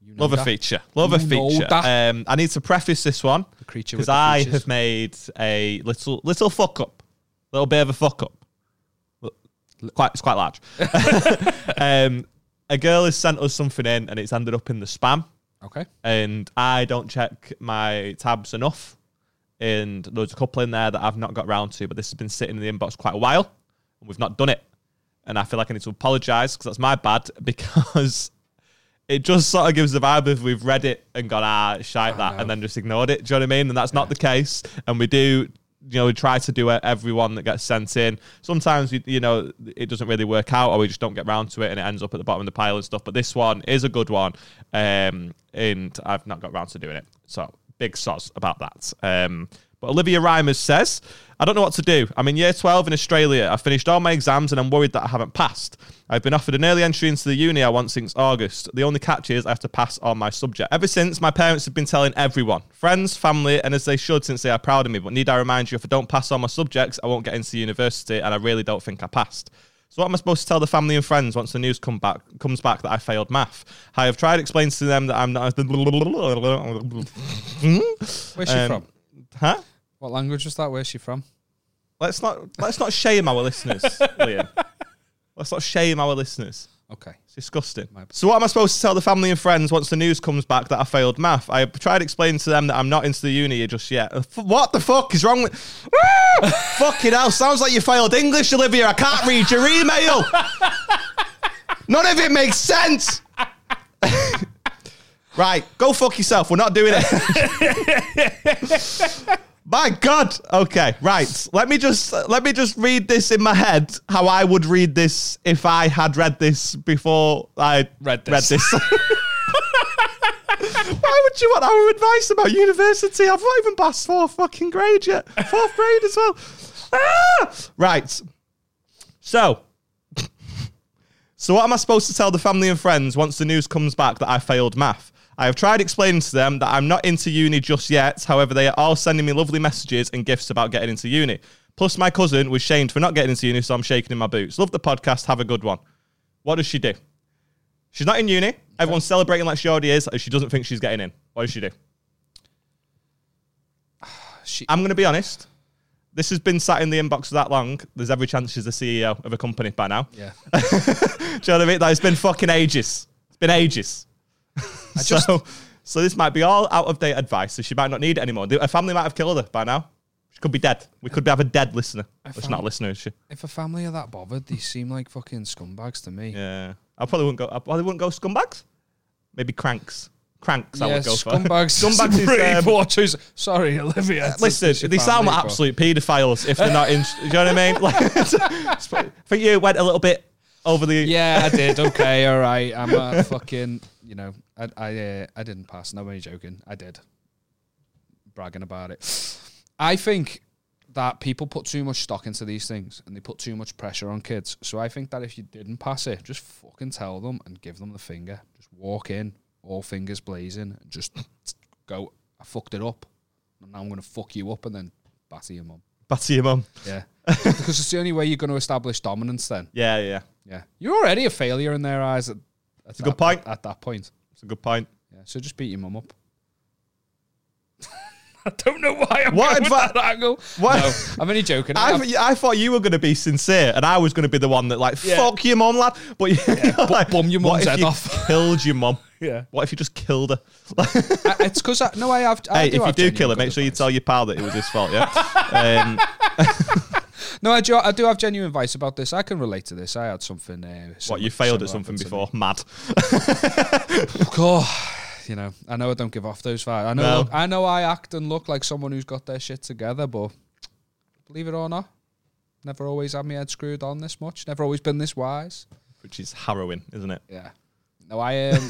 You know Love that. a feature. Love a You know feature. that. Um, I need to preface this one creature with because the I features. have made a little little fuck up, little bit of a fuck up. L- Quite it's quite large. um, a girl has sent us something in and it's ended up in the spam, Okay. and I don't check my tabs enough. And there's a couple in there that I've not got round to, but this has been sitting in the inbox quite a while, and we've not done it. And I feel like I need to apologise because that's my bad because it just sort of gives the vibe of we've read it and gone ah shite that and then just ignored it. Do you know what I mean? And that's not the case. And we do, you know, we try to do it, everyone that gets sent in. Sometimes you, you know it doesn't really work out, or we just don't get round to it, and it ends up at the bottom of the pile and stuff. But this one is a good one, um, and I've not got round to doing it. So big soz about that. Um, but Olivia Reimers says, I don't know what to do. I'm in year 12 in Australia. I finished all my exams and I'm worried that I haven't passed. I've been offered an early entry into the uni I want since August. The only catch is I have to pass on my subject. Ever since, my parents have been telling everyone, friends, family, and as they should since they are proud of me. But need I remind you, if I don't pass on my subjects, I won't get into university and I really don't think I passed. So what am I supposed to tell the family and friends once the news come back comes back that I failed math? I have tried explaining to them that I'm not. Where's she Um, from? huh? What language was that? Where's she from? Let's not let's not shame our listeners, Liam. Let's not shame our listeners. Okay. It's disgusting. So what am I supposed to tell the family and friends once the news comes back that I failed math? I tried explaining to them that I'm not into the uni just yet. Uh, f- What the fuck is wrong with? Woo! Fucking hell! Sounds like you failed English, Olivia. I can't read your email. None of it makes sense. right, go fuck yourself. We're not doing it. My God. Okay. Right. Let me just let me just read this in my head. How I would read this if I had read this before I Read this. Why would you want our advice about university? I've not even passed fourth fucking grade yet. Fourth grade as well. Ah! Right. So. So what am I supposed to tell the family and friends once the news comes back that I failed math? I have tried explaining to them that I'm not into uni just yet. However, they are all sending me lovely messages and gifts about getting into uni. Plus, my cousin was shamed for not getting into uni, so I'm shaking in my boots. Love the podcast. Have a good one. What does she do? She's not in uni. Everyone's celebrating like she already is. and She doesn't think she's getting in. What does she do? She- I'm going to be honest. This has been sat in the inbox for that long. There's every chance she's the CEO of a company by now. Yeah. Do you know what I mean? Like, it's been fucking ages. It's been ages. so, so this might be all out of date advice. So she might not need it anymore. Her family might have killed her by now. She could be dead. We could have a dead listener. Well, She's not a listener, is she? If a family are that bothered, they seem like fucking scumbags to me. Yeah. I probably wouldn't go. I probably wouldn't go scumbags. Maybe cranks. Cranks. I would go for. scumbags. Scumbags is, pretty um, poor choice. Sorry, Olivia. Listen, It's your they sound family, like but- absolute paedophiles if they're not in. do you know what I mean? Like, it's- I think you went a little bit over the. Yeah, I did. Okay, all right. I'm a fucking. You know, I I, uh, I didn't pass. No, I'm only joking. I did. Bragging about it. I think that people put too much stock into these things and they put too much pressure on kids. So I think that if you didn't pass it, just fucking tell them and give them the finger. Just walk in, all fingers blazing, and just go, I fucked it up. And now I'm going to fuck you up and then batter your mum. Batter your mum. Yeah. because it's the only way you're going to establish dominance then. Yeah, yeah. Yeah. You're already a failure in their eyes at, at, a that, good point. at that point. It's a good point. Yeah. So just beat your mum up. I don't know why I'm What going advi- with that angle. What? No, I'm only joking. I, I'm- th- I thought you were going to be sincere, and I was going to be the one that like Yeah. fuck your mom, lad. But you like, bum your what mum's if head you off. Killed your mom. Yeah. What if you just killed her? Like, I- it's because I, no, I have. I hey, do if you have do genuine kill her, good make sure you advice. tell your pal that it was his fault. Yeah. um, No, I do. I do have genuine advice about this. I can relate to this. I had something. Uh, what similar- you failed at similar something happen to before? me. Mad. Oh, you know, I know I don't give off those vibes. I know. No. Look, I know I act and look like someone who's got their shit together, but believe it or not, never always had my head screwed on this much. Never always been this wise. Which is harrowing, isn't it? Yeah. No, I um,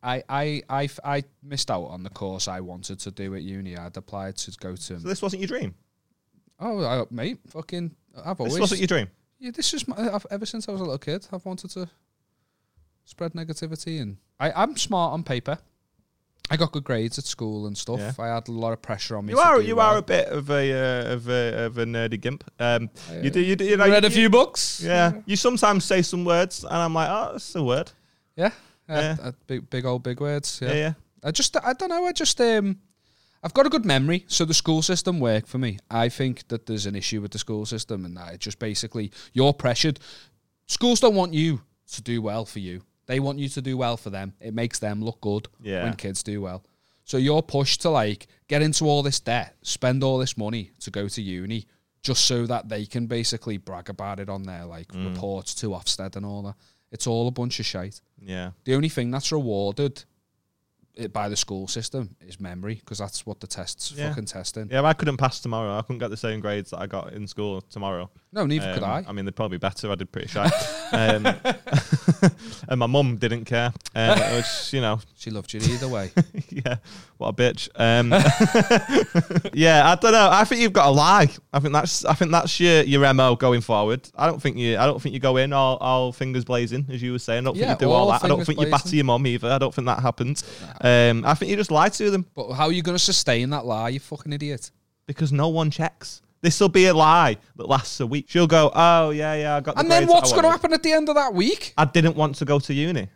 I, I, I, f- I missed out on the course I wanted to do at uni. I'd applied to go So to. this wasn't your dream. Oh, I, mate, fucking, I've always. This wasn't your dream. Yeah, this is my, I've, ever since I was a little kid. I've wanted to spread negativity, and I, I'm smart on paper. I got good grades at school and stuff. Yeah. I had a lot of pressure on me. You to are do you well. are a bit of a uh, of a of a nerdy gimp. Um, you do you do you know, Read you- a few books. Yeah, you sometimes say some words, and I'm like, oh, that's a word. yeah, yeah. Yeah. uh, big, big old big words. Yeah, Yeah. yeah. I just I don't know. I just um, I've got a good memory, so the school system worked for me. I think that there's an issue with the school system, and that it just basically you're pressured. Schools don't want you to do well for you. They want you to do well for them. It makes them look good Yeah. when kids do well. So you're pushed to like get into all this debt, spend all this money to go to uni, just so that they can basically brag about it on their like reports to Ofsted and all that. It's all a bunch of shite yeah. the only thing that's rewarded i- by the school system is memory because that's what the tests Yeah. fucking testing. Yeah, I couldn't pass tomorrow. I couldn't get the same grades that I got in school tomorrow. No, neither could Um, I. I mean, they'd probably be better. I did pretty shy. um, and my mum didn't care, um, which you know, She loved you either way. yeah, what a bitch. Um, yeah, I don't know. I think you've got to lie. I think that's I think that's your your mo going forward. I don't think you I don't think you go in all, all fingers blazing as you were saying. I don't Yeah, think you do all, all that. I don't fingers think you blazing. batter your mum either. I don't think that happens. Um, I think you just lie to them but how are you going to sustain that lie, you fucking idiot? because no one checks. This will be a lie that lasts a week. She'll go, oh yeah, yeah, I got. The And then grades that I what's going to wanted." happen at the end of that week? I didn't want to go to uni.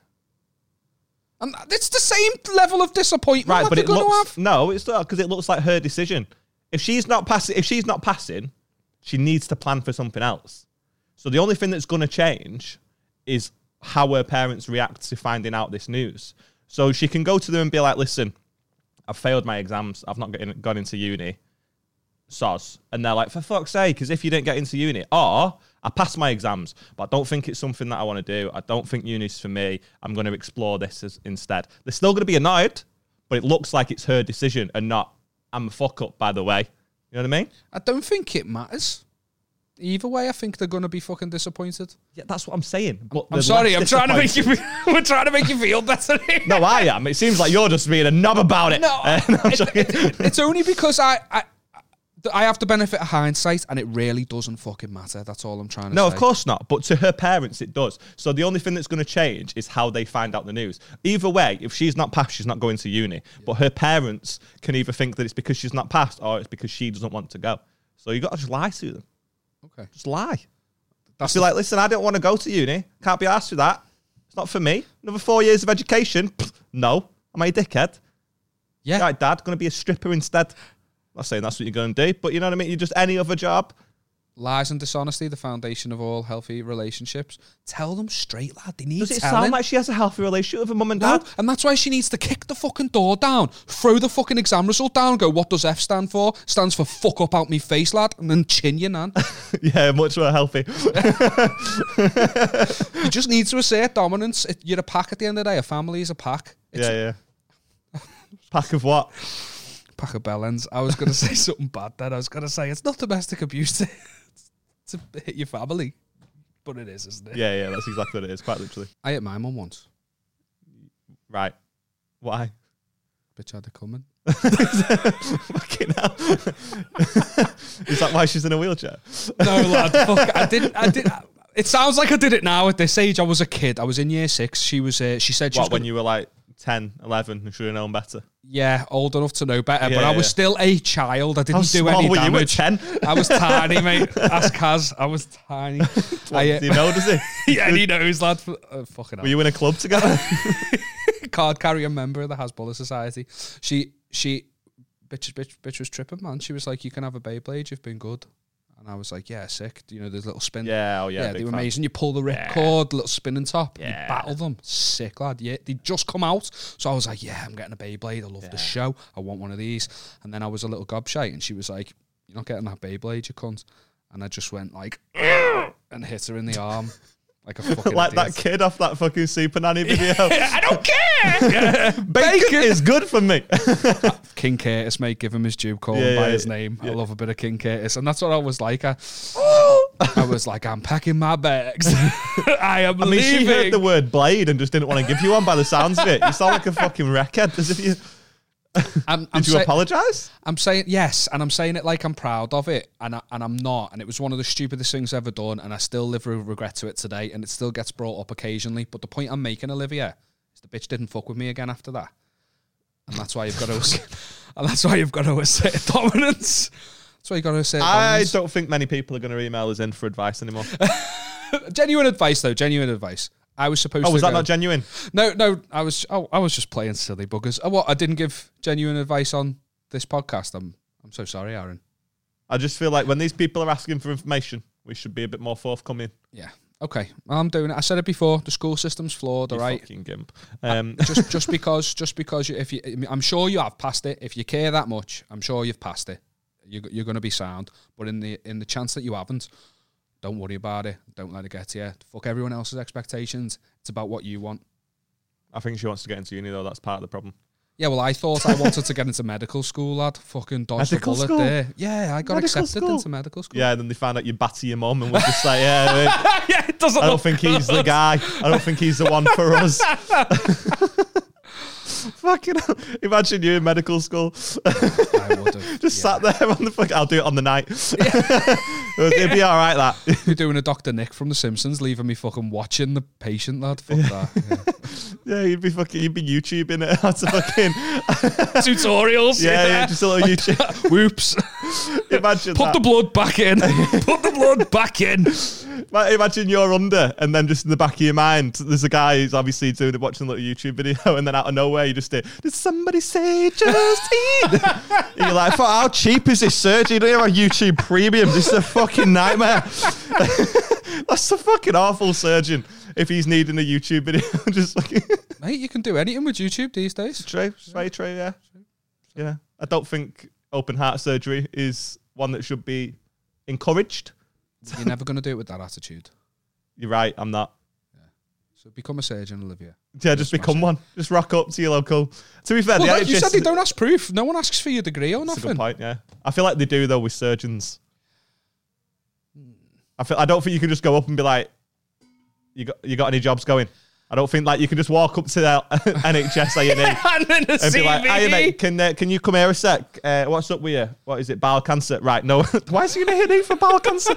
And it's the same level of disappointment Right, that but you're it going looks to have. no, it's not because it looks like her decision. If she's not passing, if she's not passing, she needs to plan for something else. So the only thing that's going to change is how her parents react to finding out this news. So she can go to them and be like, "Listen, I've failed my exams. I've not gotten gone into uni." soz and they're like for fuck's sake because if you didn't get into uni or i passed my exams but i don't think it's something that i want to do i don't think uni's for me i'm going to explore this as, instead they're still going to be annoyed but it looks like it's her decision and not i'm a fuck up by the way you know what i mean I don't think it matters. Either way, I think they're going to be fucking disappointed. yeah that's what i'm saying but I'm they're sorry, less I'm trying to make disappointed. you. We're trying to make you feel better. here. no i am it seems like you're just being a knob about it No, Uh, no, I'm joking. it's only because I, I I have the benefit of hindsight, and it really doesn't fucking matter. That's all I'm trying to No, say. of course not. But to her parents, it does. So the only thing that's going to change is how they find out the news. Either way, if she's not passed, she's not going to uni. But her parents can either think that it's because she's not passed or it's because she doesn't want to go. So you got to just lie to them. Okay, Just lie. that's Be like, listen, I don't want to go to uni. Can't be asked for that. It's not for me. Another four years of education. Pfft, no. Am I a dickhead? Yeah. Right, dad, going to be a stripper instead. I'm not saying that's what you're going to do, but you know what I mean? You just any other job. lies and dishonesty, the foundation of all healthy relationships. Tell them straight, lad. They need Does it telling. sound like she has a healthy relationship with her mum and no, dad? and that's why she needs to kick the fucking door down, throw the fucking exam result down, go, what does F stand for? Stands for fuck up out me face, lad, and then chin your nan. Yeah, much more healthy. you just need to assert dominance. It, you're a pack at the end of the day. A family is a pack. It's yeah, yeah. Pack of what? pack of bellends. I was going to say something bad then. I was going to say it's not domestic abuse to, to hit your family, but it is, isn't it? Yeah, yeah, that's exactly what it is, quite literally. I hit my mum once. Right. Why? Bitch had it coming. Fucking hell. Is that why she's in a wheelchair? No, lad. Fuck, I didn't. I did. It sounds like I did it now. At this age, I was a kid. I was in year six. She was. Uh, she said she was What, gonna- when you were like 10, 11, and should have known better? yeah, old enough to know better, but Yeah, I was yeah. still a child. I didn't How do small any were you at damage. 10? I was tiny, mate. Ask Kaz. I was tiny. I, uh, Do you know, does it? yeah, and he knows, lad. Uh, fucking hell. Were you in a club together? card carrying member of the Hasbulla Society. She she bitch bitch bitch was tripping, man. She was like, "You can have a Beyblade. You've been good." And I was like, "Yeah, sick." You know, there's little spin. yeah, oh yeah. Yeah, big they were fan. amazing. You pull the Yeah. ripcord, little spinning top, Yeah. you battle them. Sick lad. Yeah, they just come out. So I was like, yeah, I'm getting a Beyblade. I love the show. I want one of these. And then I was a little gobshite, and she was like, "You're not getting that Beyblade, you cunt." And I just went like, and hit her in the arm, like a fucking Like idiot. that kid off that fucking Super Nanny video. I don't care. Bacon is good for me. King Curtis, mate, give him his due, call Yeah, him by yeah, his yeah. name. I love a bit of King Curtis, and that's what I was like. I, I was like, I'm packing my bags. I am I mean, leaving. she heard the word blade and just didn't want to give you one by the sounds of it. You sound like a fucking wreckhead. As if you, did I'm, I'm, you say- apologise? I'm saying yes, and I'm saying it like I'm proud of it, and I, and I'm not. And it was one of the stupidest things I've ever done, and I still live with regret to it today, and it still gets brought up occasionally. But the point I'm making, Olivia, is the bitch didn't fuck with me again after that, and that's why you've got to, and that's why you've got to assert dominance. That's why you got to assert I dominance. don't think many people are going to email us in for advice anymore. Genuine advice, though. Genuine advice. I was supposed. Oh, to was that go- not genuine? No, no. I was. Oh, I was just playing silly buggers. Oh, what? I didn't give genuine advice on this podcast. I'm. I'm so sorry, Aaron. I just feel like when these people are asking for information, we should be a bit more forthcoming. Yeah. Okay. Well, I'm doing it. I said it before. The school system's flawed. All You right. fucking gimp. Um, just, just because, just because, you, if you, I mean, I'm sure you have passed it. If you care that much, I'm sure you've passed it. You're, go- you're going to be sound. But in the in the chance that you haven't, don't worry about it. Don't let it get to you. Fuck everyone else's expectations. It's about what you want. I think she wants to get into uni though. That's part of the problem. Yeah, well, I thought I wanted to get into medical school, lad. Fucking dodged Medical the bullet school? there. Yeah, I got Medical accepted school? into medical school. Yeah, and then they found out you batter your mum and was just like, yeah, mate, yeah, it doesn't I don't look think he's the good. guy. I don't think he's the one for us. Fucking hell. imagine you in medical school, just I would have. sat there on the fuck. I'll do it on the night. It'd be all right. That You're doing a Dr. Nick from The Simpsons, leaving me fucking watching the patient, lad. Fuck that. Yeah. yeah, you'd be fucking, you'd be YouTubing it. That's a fucking tutorials. yeah, yeah, just a little YouTube. Whoops. Imagine Put that. the blood back in. Put the blood back in. Ma- Imagine you're under, and then just in the back of your mind, there's a guy who's obviously doing watching a little YouTube video, and then out of nowhere, you just hear, "Did somebody say Justine?" and you're like, "Fuck, "How cheap is this surgery? You don't even have YouTube Premium. This is a fucking nightmare." That's a fucking awful surgeon. If he's needing a YouTube video, just like Mate, you can do anything with YouTube these days. true, it's very true, yeah, yeah. I don't think open heart surgery is one that should be encouraged. You're never going to do it with that attitude. You're right, I'm not. So become a surgeon, Olivia. Yeah, just Smash become it. one. Just rock up to your local. To be fair, Well, the that- you NHS said they is- don't ask proof. No one asks for your degree or that's a good nothing. point. Yeah, I feel like they do though with surgeons. I feel I don't think you can just go up and be like, you got you got any jobs going? I don't think like you can just walk up to their NHS A and E and then a and be like, "Hey CVV. mate, can uh, can you come here a sec? Uh, what's up with you? What is it? Bowel cancer? Right? No. Why is he gonna hit me for bowel cancer?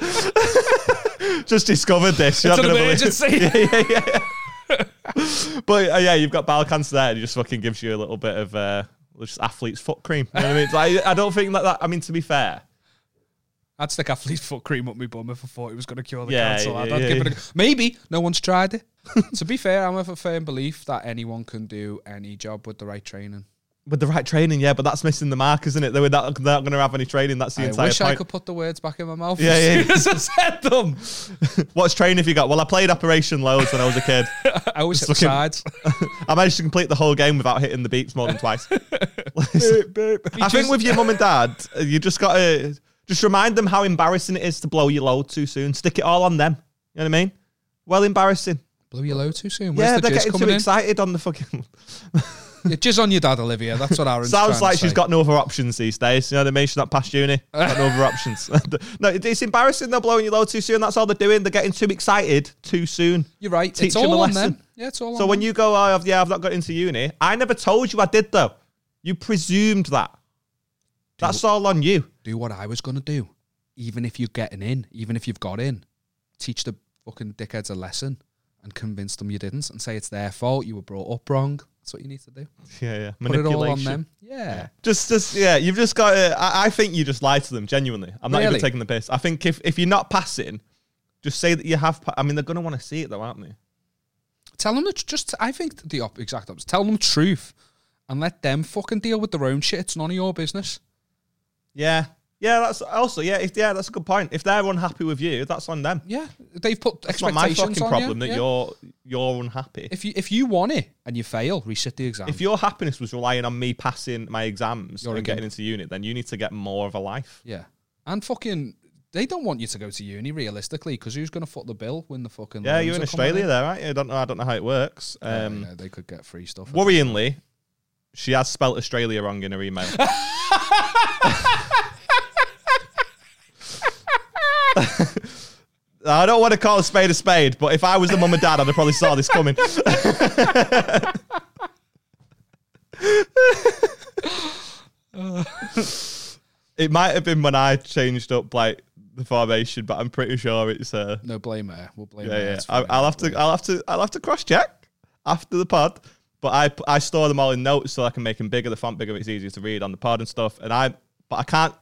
Just discovered this. You're It's not an gonna believe- emergency. yeah, yeah, yeah. but uh, yeah, you've got bowel cancer there, and it just fucking gives you a little bit of uh, just athlete's foot cream. You know what I mean, It's like, I don't think that, that. I mean, to be fair, I'd stick athlete's foot cream up my bum if I thought it was going to cure the Yeah, cancer. lad. yeah, I'd yeah, give it yeah. a, maybe no one's tried it. to be fair, I'm of a firm belief that anyone can do any job with the right training. with the right training, yeah, but that's missing the mark, isn't it? They're not, they're not going to have any training. That's the I entire wish point. I could put the words back in my mouth. Yeah, yeah. As soon as I said them, What's training have you got? Well, I played Operation loads when I was a kid. I always hit the Just looking- sides. I managed to complete the whole game without hitting the beeps more than twice. I think with your mum and dad, uh, you just got to just remind them how embarrassing it is to blow your load too soon. Stick it all on them. You know what I mean? Well, embarrassing. Blew your load too soon. yeah, Where's the they're jizz getting too coming in? excited on the fucking. Yeah, jizz on your dad, Olivia. That's what Aaron Sounds like she's got no other options these days. You know what I mean? She's not past uni. Got no other options. no, it- it's embarrassing. They're blowing your load too soon. That's all they're doing. They're getting too excited too soon. You're right. Teach it's them all a on lesson. them. Yeah, it's all on So when you go, oh, I've- yeah, I've not got into uni. I never told you I did though. You presumed that. That's all on you. Do what I was gonna do. Even if you're getting in, even if you've got in, teach the fucking dickheads a lesson and convince them you didn't, and say it's their fault. You were brought up wrong. That's what you need to do. Yeah, yeah. Put it Manipulation. all on them. Yeah. Just, just, yeah. You've just got. To, I, I think you just lied to them. Genuinely, I'm not even Really? taking the piss. I think if if you're not passing, just say that you have. Pa- I mean, they're gonna want to see it though, aren't they? Tell them the tr- just. I think the op- exact opposite. Tell them the truth, and let them fucking deal with their own shit. It's none of your business. Yeah. Yeah, that's also yeah. If, yeah, that's a good point. If they're unhappy with you, that's on them. Yeah, they've put It's not my expectations fucking on problem you. that yeah. you're you're unhappy. If, If you if you want it and you fail, resit the exam. your happiness was relying on me passing my exams You're a and getting gimp. into unit, then you need to get more of a life. yeah, and fucking, they don't want you to go to uni realistically because who's going to foot the bill when the fucking Yeah, you're loans in are coming Australia there, right? I don't know. I don't know how it works. Um, yeah, they could get free stuff. Worryingly, she has spelt Australia wrong in her email. I don't want to call a spade a spade, but if I was the mum and dad, I'd have probably saw this coming. it might have been when I changed up like the formation, but I'm pretty sure it's uh, No blame her. We'll blame yeah, her. yeah. It's I, fine. I'll have to, I'll have to, I'll have to cross check after the pod. But I, p- I store them all in notes so I can make them bigger. The font bigger, it's easier to read on the pod and stuff. And I, but I can't,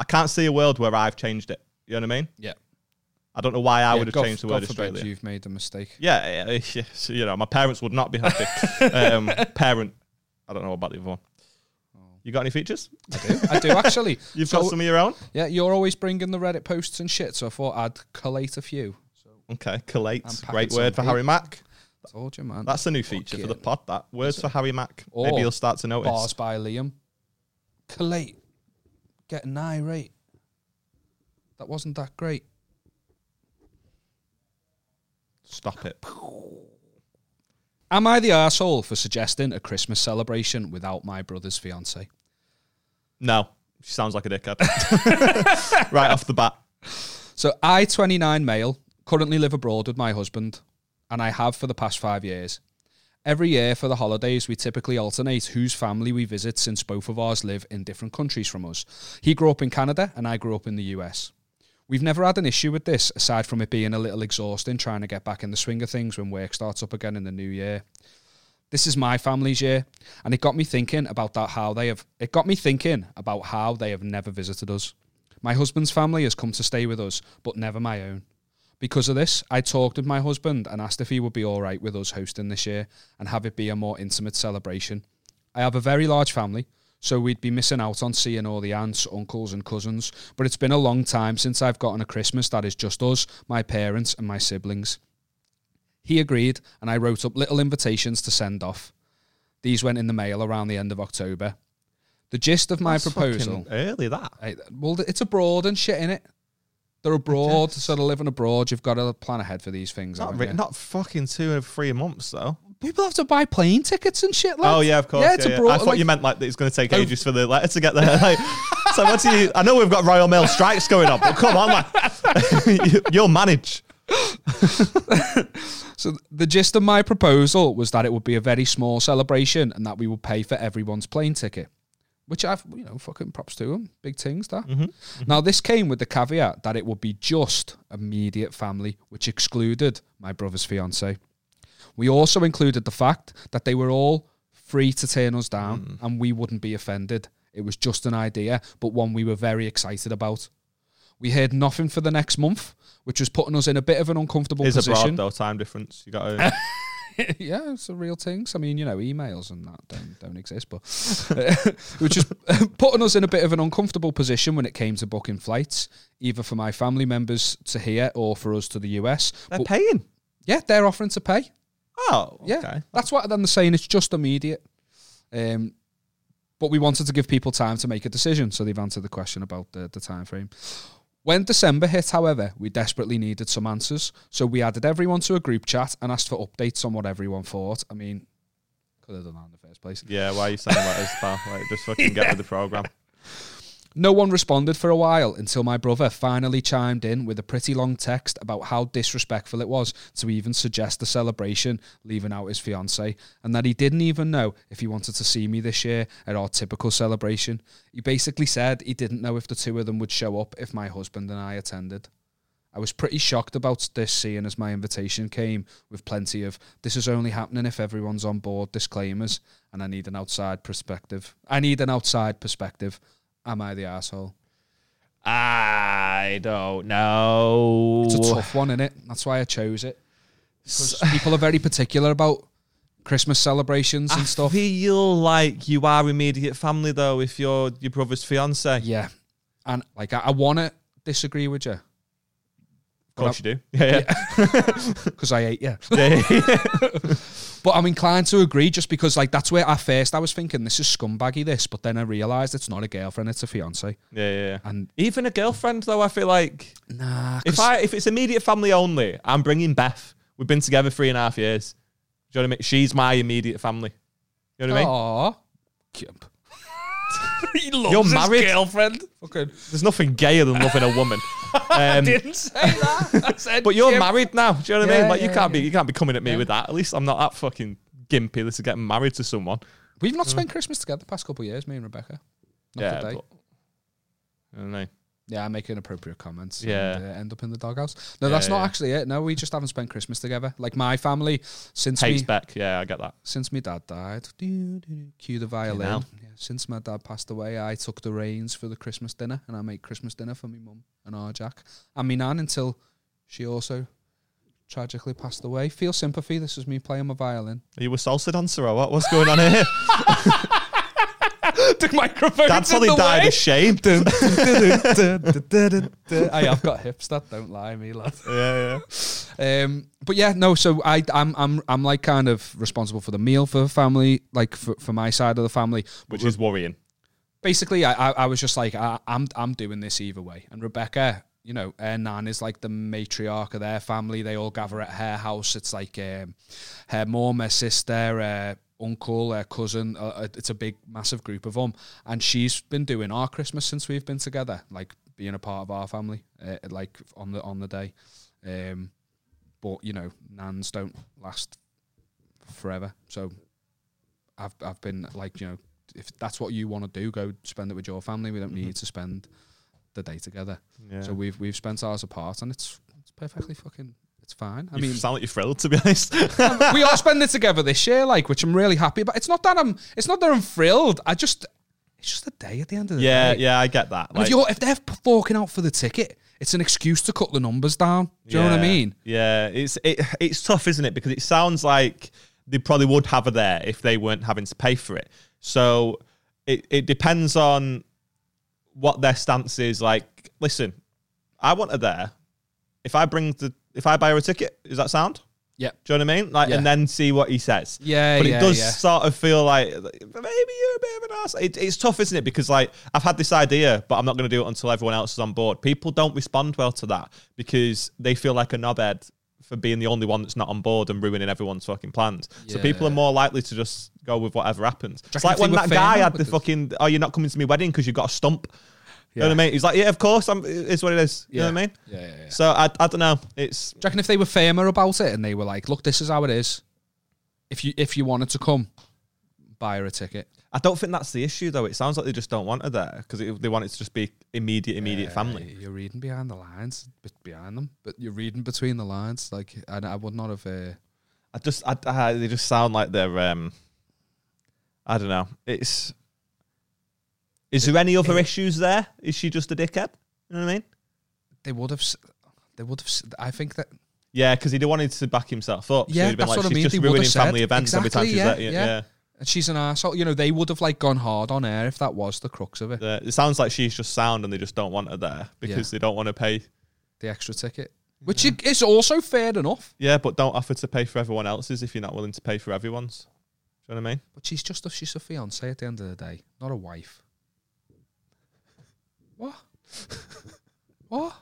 I can't see a world where I've changed it. You know what I mean? Yeah, I don't know why I Yeah, would have God- changed the God word forbid Australia. You've made a mistake. Yeah, yeah, yeah, so, you know, my parents would not be happy. um, parent, I don't know about the other one. You got any features? I do. I do actually. You've Oh. So- got some of your own. Yeah, you're always bringing the Reddit posts and shit, so I thought I'd collate a few. Okay, collate, I'm packing great some word for heat. Harry Mack. Told you, man. That's a new feature for the Fucking- pod. That words for Harry Mack. Or Maybe you'll start to notice. Oh. bars by Liam. Collate, getting irate. That wasn't that great. Stop it. Am I the arsehole for suggesting a Christmas celebration without my brother's fiance? No, she sounds like a dickhead. right off the bat. So I, 29 male, currently live abroad with my husband, and I have for the past five years. Every year for the holidays, we typically alternate whose family we visit since both of ours live in different countries from us. He grew up in Canada and I grew up in the US. We've never had an issue with this, aside from it being a little exhausting trying to get back in the swing of things when work starts up again in the new year. This is my family's year, and it got me thinking about that how they have it got me thinking about how they have never visited us. My husband's family has come to stay with us, but never my own. Because of this, I talked with my husband and asked if he would be all right with us hosting this year and have it be a more intimate celebration. I have a very large family, so we'd be missing out on seeing all the aunts, uncles, and cousins, but it's been a long time since I've gotten a Christmas that is just us, my parents, and my siblings. He agreed, and I wrote up little invitations to send off. These went in the mail around the end of October. The gist of my proposal. Fucking Early that. Hey, well, th- it's abroad and shit, innit? They're abroad, so they're living abroad. You've got to plan ahead for these things. Not, haven't re- you? not fucking two or three months though. People have to buy plane tickets and shit. Like, Oh yeah, of course. Yeah, it's abroad. I thought like- you meant like that it's going to take Oh. ages for the letter to get there. Like, so what do you? I know we've got Royal Mail strikes going on, but come on, like, you- you'll manage. So th- the gist of my proposal was that it would be a very small celebration and that we would pay for everyone's plane ticket, which I've you know fucking props to them, big things that. Now this came with the caveat that it would be just immediate family, which excluded my brother's fiance. We also included the fact that they were all free to turn us down and we wouldn't be offended. It was just an idea, but one we were very excited about. We heard nothing for the next month, which was putting us in a bit of an uncomfortable Is position abroad though. Time difference. You got to yeah, it's the real things. I mean, you know, emails and that don't, don't exist, but which is putting us in a bit of an uncomfortable position when it came to booking flights, either for my family members to here or for us to the US. They're But paying. yeah, they're offering to pay. Oh, Yeah, okay. that's what then they're saying. It's just immediate. Um, but we wanted to give people time to make a decision, so they've answered the question about the, the time frame. When December hit, however, we desperately needed some answers, so we added everyone to a group chat and asked for updates on what everyone thought. I mean, could have done that in the first place. Yeah, why are you saying letters, pal? Like, just fucking get with the program. No one responded for a while until my brother finally chimed in with a pretty long text about how disrespectful it was to even suggest the celebration, leaving out his fiancee, and that he didn't even know if he wanted to see me this year at our typical celebration. He basically said he didn't know if the two of them would show up if my husband and I attended. I was pretty shocked about this, seeing as my invitation came with plenty of "this is only happening if everyone's on board" disclaimers, and I need an outside perspective. I need an outside perspective. Am I the asshole? I don't know. It's a tough one, is it? That's why I chose it. Because people are very particular about Christmas celebrations and I stuff. feel like you are immediate family though if you're your brother's fiance. Of yeah, and like I, I want to disagree with you course you do. Yeah, because I hate you. yeah. yeah. yeah. But I'm inclined to agree just because like that's where at first I was thinking this is scumbaggy this, but then I realised it's not a girlfriend, it's a fiance. yeah, yeah. And Even a girlfriend though, I feel like nah, if I if it's immediate family only, I'm bringing Beth. We've been together three and a half years. Do you know what I mean? She's my immediate family. You know what I mean? Aw. Cute. He loves You're his married. girlfriend. Fucking There's nothing gayer than loving a woman. Um, Didn't say that. I said, but you're Jim. married now. Do you know what I Yeah, mean? Like you yeah, can't be you can't be coming at me with that. At least I'm not that fucking gimpy. This is getting married to someone. We've not spent Christmas together the past couple of years, me and Rebecca. Not yeah. today. but- I don't know. Yeah, I make inappropriate comments. Yeah. and, uh, end up in the doghouse. No, Yeah, that's not yeah. actually it. No, we just haven't spent Christmas together. Like my family since Takes me, back. Yeah, I get that. since my dad died. Doo, doo, doo. Cue the violin. hell. Yeah, since my dad passed away, I took the reins for the Christmas dinner, and I make Christmas dinner for my mum and our Jack and my nan until she also tragically passed away. Feel sympathy. This is me playing my violin. Are you a salsa dancer or what? What's going on here? The microphone's Dad in probably the died way. of shame. yeah, Hey, I've got hips that don't lie, me lad. yeah. Um, but yeah, no. So I, I'm, I'm, I'm like kind of responsible for the meal for the family, like for, for my side of the family. But Which is worrying. basically, I, I, I was just like, I, I'm, I'm doing this either way. And Rebecca, you know, her nan is like the matriarch of their family. They all gather at her house. It's like um, her mom, her sister, her uncle, her cousin. Uh, uh, it's a big, massive group of them. And she's been doing our Christmas since we've been together, like being a part of our family, uh, like on the on the day. Um, but you know, nans don't last forever. So I've I've been like, you know, if that's what you want to do, go spend it with your family. We don't need to spend the day together. Mm-hmm. Yeah. So we've we've spent ours apart, and it's it's perfectly fucking it's fine. I you mean, sound like you're thrilled to be honest. we all spend it together this year, like which I'm really happy about. It's not that I'm it's not that I'm thrilled. I just it's just a day at the end of the yeah, day. yeah, I get that. And if you're if they're forking out for the ticket, it's an excuse to cut the numbers down. Do you know what I Yeah, mean? Yeah, it's it, it's tough, isn't it? Because it sounds like they probably would have her there if they weren't having to pay for it. So it it depends on what their stance is. Like, listen, I want her there. If I bring the if I buy her a ticket, is that sound? Yeah. Do you know what I mean? Like, Yeah. and then see what he says. Yeah, but yeah, it does yeah. sort of feel like maybe you're a bit of an ass. It, it's tough, isn't it? Because like I've had this idea, but I'm not going to do it until everyone else is on board. People don't respond well to that because they feel like a knobhead for being the only one that's not on board and ruining everyone's fucking plans. So people are Yeah. more likely to just go with whatever happens. It's reckon like if they when were that fair guy now had with the this? fucking, oh, you're not coming to my wedding because you've got a stump. You know what I mean? He's like, yeah, of course. I'm, it's what it is. You know what I mean? Yeah, yeah, yeah. So I, I don't know. It's Do you reckon if they were firmer about it and they were like, "Look, this is how it is. If you if you wanted to come, buy her a ticket." I don't think that's the issue, though. It sounds like they just don't want her there because they want it to just be immediate, immediate Uh, family. You're reading behind the lines, but behind them, but you're reading between the lines. Like, I, I would not have. Uh, I just, I, I, they just sound like they're, um, I don't know. It's, is there any other issues there? Is she just a dickhead? You know what I mean? they would have. s- They would have. s- I think that. Yeah, because he wanted to back himself up. Yeah, so he'd been that's like, what I she's mean. just They would've ruining said- family events every time she's exactly, there. yeah, Yeah, yeah. And she's an asshole. You know, they would have like gone hard on her if that was the crux of it. The- Uh, it sounds like she's just sound and they just don't want her there because they don't want to pay. The extra ticket, which i- is also fair enough. Yeah, but don't offer to pay for everyone else's if you're not willing to pay for everyone's. Do you know what I mean? But she's just a, she's a fiance at the end of the day, not a wife. What? what?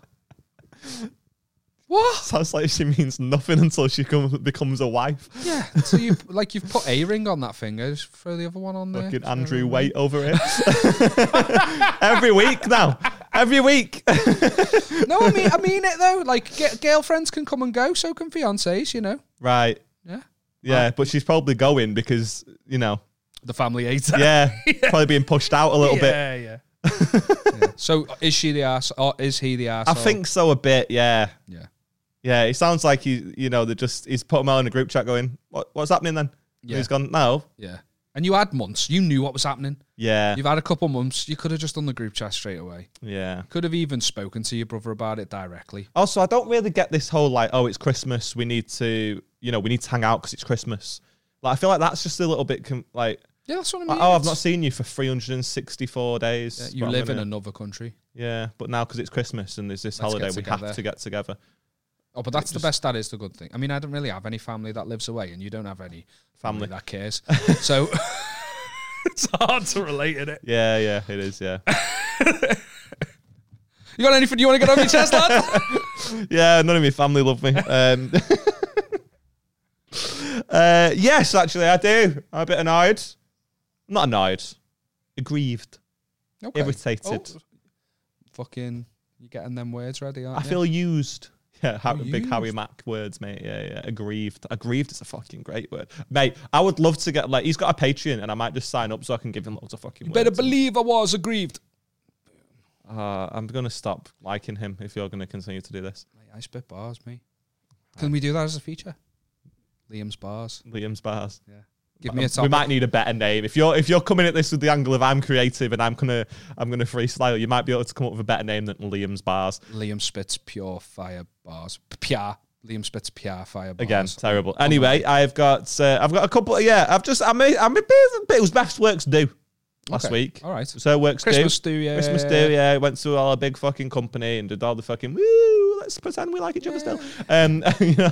What? Sounds like she means nothing until she come, becomes a wife. Yeah. So you like you've put a ring on that finger. Just throw the other one on there. Fucking Just Andrew throw it Waite over it. Every week now. Every week. on. No, I mean I mean it though. Like ge- girlfriends can come and go. So can fiancées. You know. Right. Yeah. Yeah, but she's probably going because, you know, The family ate. yeah, probably being pushed out a little bit. Yeah, yeah. So uh, is she the ass or is he the ass? I think so a bit, yeah. Yeah. Yeah, it sounds like he, you know, they just he's put them out in a group chat going, what, what's happening then? And Yeah. He's gone, no. Yeah. And you had months. You knew what was happening. Yeah. You've had a couple months. You could have just done the group chat straight away. Yeah. Could have even spoken to your brother about it directly. Also, I don't really get this whole like, oh, it's Christmas. We need to, you know, we need to hang out because it's Christmas. Like, I feel like that's just a little bit com- like, Yeah, that's what I mean. like, oh, I've It's- not seen you for 364 days. Yeah, you but I'm live in gonna- another country. Yeah, but now because it's Christmas and there's this Let's holiday, get we have together. to get together. Oh, but that's just- the best. That is the good thing. I mean, I don't really have any family that lives away, and you don't have any Family. that cares. So It's hard to relate in it. Yeah, yeah, it is. Yeah, you got anything you want to get off your chest, lad? yeah. None of my family love me. Um, uh, yes, actually, I do. I'm a bit annoyed. Not annoyed. Aggrieved. Okay. Irritated. Oh, fucking, you're getting them words ready, aren't I you? feel used. Yeah, Har- big Harry used. Mack words, mate. Yeah, yeah. Aggrieved. Aggrieved is a fucking great word, mate. I would love to get like he's got a Patreon, and I might just sign up so I can give him loads of fucking. You better words. believe I was aggrieved. Uh, I'm gonna stop liking him if you're gonna continue to do this. Mate, I spit bars, me. Can we do that as a feature? Liam's bars. Liam's bars. Give me a We topic. might need a better name. If you're if you're coming at this with the angle of I'm creative and I'm gonna I'm gonna freestyle, you might be able to come up with a better name than Liam's bars. Liam spits pure fire bars. Pia. Liam spits pure fire bars. Again, terrible. Anyway, I've got uh, I've got a couple. Yeah, I've just I made I'm a bit, bit it was best works due last Okay, week. All right. So works Christmas due. do, yeah. Christmas Day, yeah, went to all our big fucking company and did all the fucking woo. Let's pretend we like each other still. Um, you know.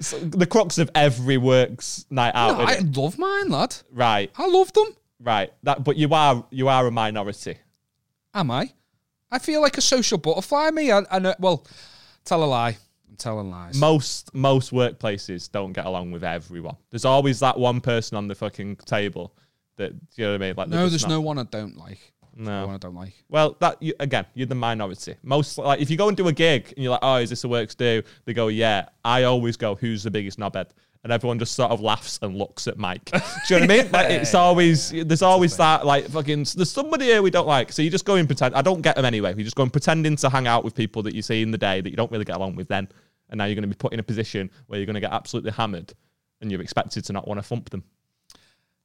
So the crux of every works night out, No, innit? I love mine, lad. right? I love them. Right. That, but you are you are a minority. Am I? I feel like a social butterfly. Me, I, I know. Well, tell a lie. I'm telling lies. Most most workplaces don't get along with everyone. There's always that one person on the fucking table that do you know what I mean. Like they're no, just there's not- no one I don't like. No one I don't like. Well, that you, again, you're the minority. Most like if you go and do a gig and you're like, oh, is this a works do? They go, yeah. I always go, who's the biggest knobhead? And everyone just sort of laughs and looks at Mike. Do you know what I mean? Like it's always there's always that like fucking there's somebody here we don't like. So you just go and pretend. I don't get them anyway. You just go and pretending to hang out with people that you see in the day that you don't really get along with then. And now you're going to be put in a position where you're going to get absolutely hammered, and you're expected to not want to thump them.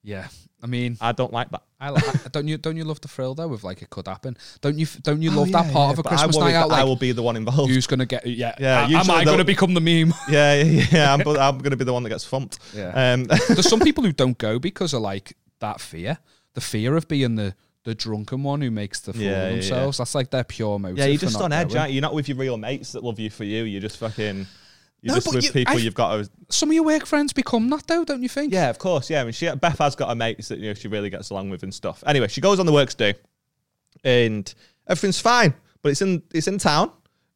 Yeah, I mean, I don't like that. I, li- I don't you don't you love the thrill though? With like it could happen. Don't you f- don't you Oh, love yeah, that part yeah, of a but Christmas I worry night out? that I Like will be the one involved. who's gonna get? Yeah, Yeah, yeah. Am usually I gonna they'll- become the meme? Yeah, yeah, yeah. I'm, I'm going to be the one that gets thumped. Yeah. Um, There's some people who don't go because of like that fear, the fear of being the the drunken one who makes the fool Yeah, of yeah, yeah. themselves. That's like their pure motive. yeah, you're for just not on edge, going. aren't you? You're not with your real mates that love you for you. You're just fucking. You're No, just but with you- people I've- you've got to. Some of your work friends become that though, don't you think? Yeah, of course. Yeah, I mean, she Beth has got her mates that you know she really gets along with and stuff. Anyway, she goes on the works day, and everything's fine. But it's in it's in town,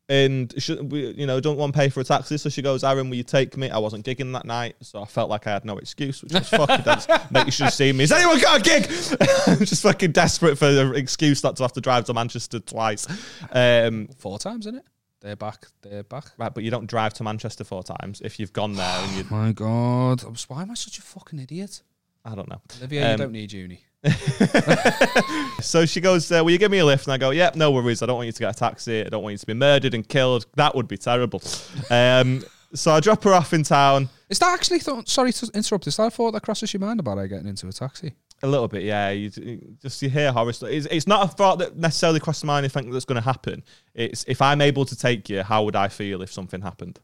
and she, we, you know don't want to pay for a taxi. So she goes, Aaron, will you take me? I wasn't gigging that night, so I felt like I had no excuse, which was fucking. That's, mate, you should have seen me. Has anyone got a gig? I'm just fucking desperate for an excuse not to have to drive to Manchester twice. Um, four times in it. They're back. They're back. Right, but you don't drive to Manchester four times if you've gone there and you. My God, I was- why am I such a fucking idiot? I don't know. Olivia, Um, you don't need uni. So she goes, uh, "Will you give me a lift?" And I go, "Yep, no worries. I don't want you to get a taxi. I don't want you to be murdered and killed. That would be terrible." um, so I drop her off in town Is that actually thought? Sorry to interrupt. Is that a thought that crosses your mind about her getting into a taxi? a little bit. Yeah, you, you just you hear horror stories. It's, it's not a thought that necessarily crossed my mind. I think that's going to happen. It's if I'm able to take you, how would I feel if something happened?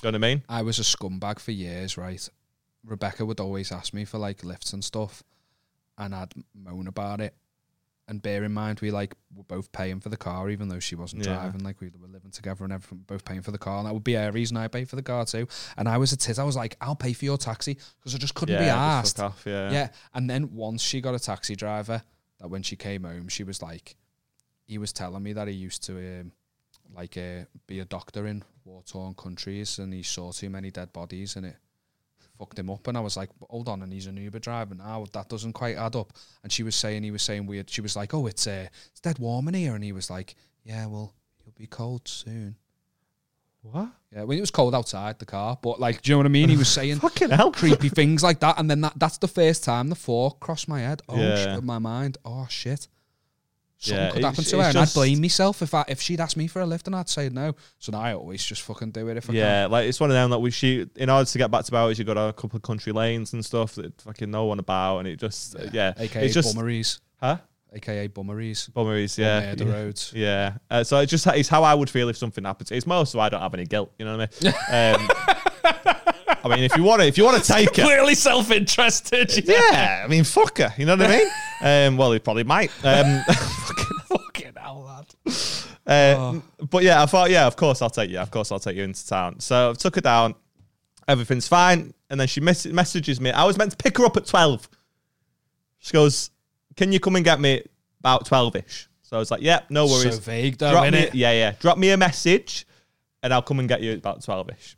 Do you know what I mean? I was a scumbag for years, right? Rebecca would always ask me for like lifts and stuff, and I'd moan about it. And bear in mind, we like were both paying for the car, even though she wasn't Yeah. driving. Like we were living together and everything, both paying for the car, and that would be her reason I paid for the car too. And I was a tit. I was like, "I'll pay for your taxi" because I just couldn't be Yeah, asked. just fuck off, yeah. Yeah. And then once she got a taxi driver, that when she came home, she was like, he was telling me that he used to um, like uh, be a doctor in war torn countries, and he saw too many dead bodies, and it fucked him up. And I was like, "But hold on, and he's an Uber driver now. That doesn't quite add up. And she was saying, he was saying weird. She was like, "Oh, it's uh, it's dead warm in here," and he was like, "Yeah, well, you'll be cold soon." What? Yeah, when it was cold outside the car, but like, do you know what I mean? He was saying Fucking hell. creepy things like that, and then that, that's the first time the thought crossed my head. Oh, Yeah. shit, my mind. Oh shit, something Yeah, could happen it's- to her, it's and I'd just- blame myself if I if she'd asked me for a lift and I'd say no. So now I always just fucking do it if I can. Yeah, like it's one of them that we shoot in order to get back to Bowers. You got a couple of country lanes and stuff that fucking no one about, and it just yeah, aka it's just bummeries, huh aka bummeries. bummeries, Yeah, yeah, the yeah. roads. Yeah. Uh, so it's just it's how I would feel if something happened. It's more so I don't have any guilt. You know what I mean? um, I mean, if you want to, if you want to take it, Clearly self-interested. yeah. I mean, fuck her. You know what I mean? Um, well, he probably might. Um, Fucking hell, lad. Oh. Uh, But yeah, I thought, yeah, of course I'll take you. Of course I'll take you into town. So I took her down. Everything's fine. And then she mess- messages me. I was meant to pick her up at 12. She goes, Can you come and get me about 12 ish? So I was like, Yeah, no worries. So vague though, Drop me, innit? Yeah, yeah. Drop me a message and I'll come and get you at about 12 ish.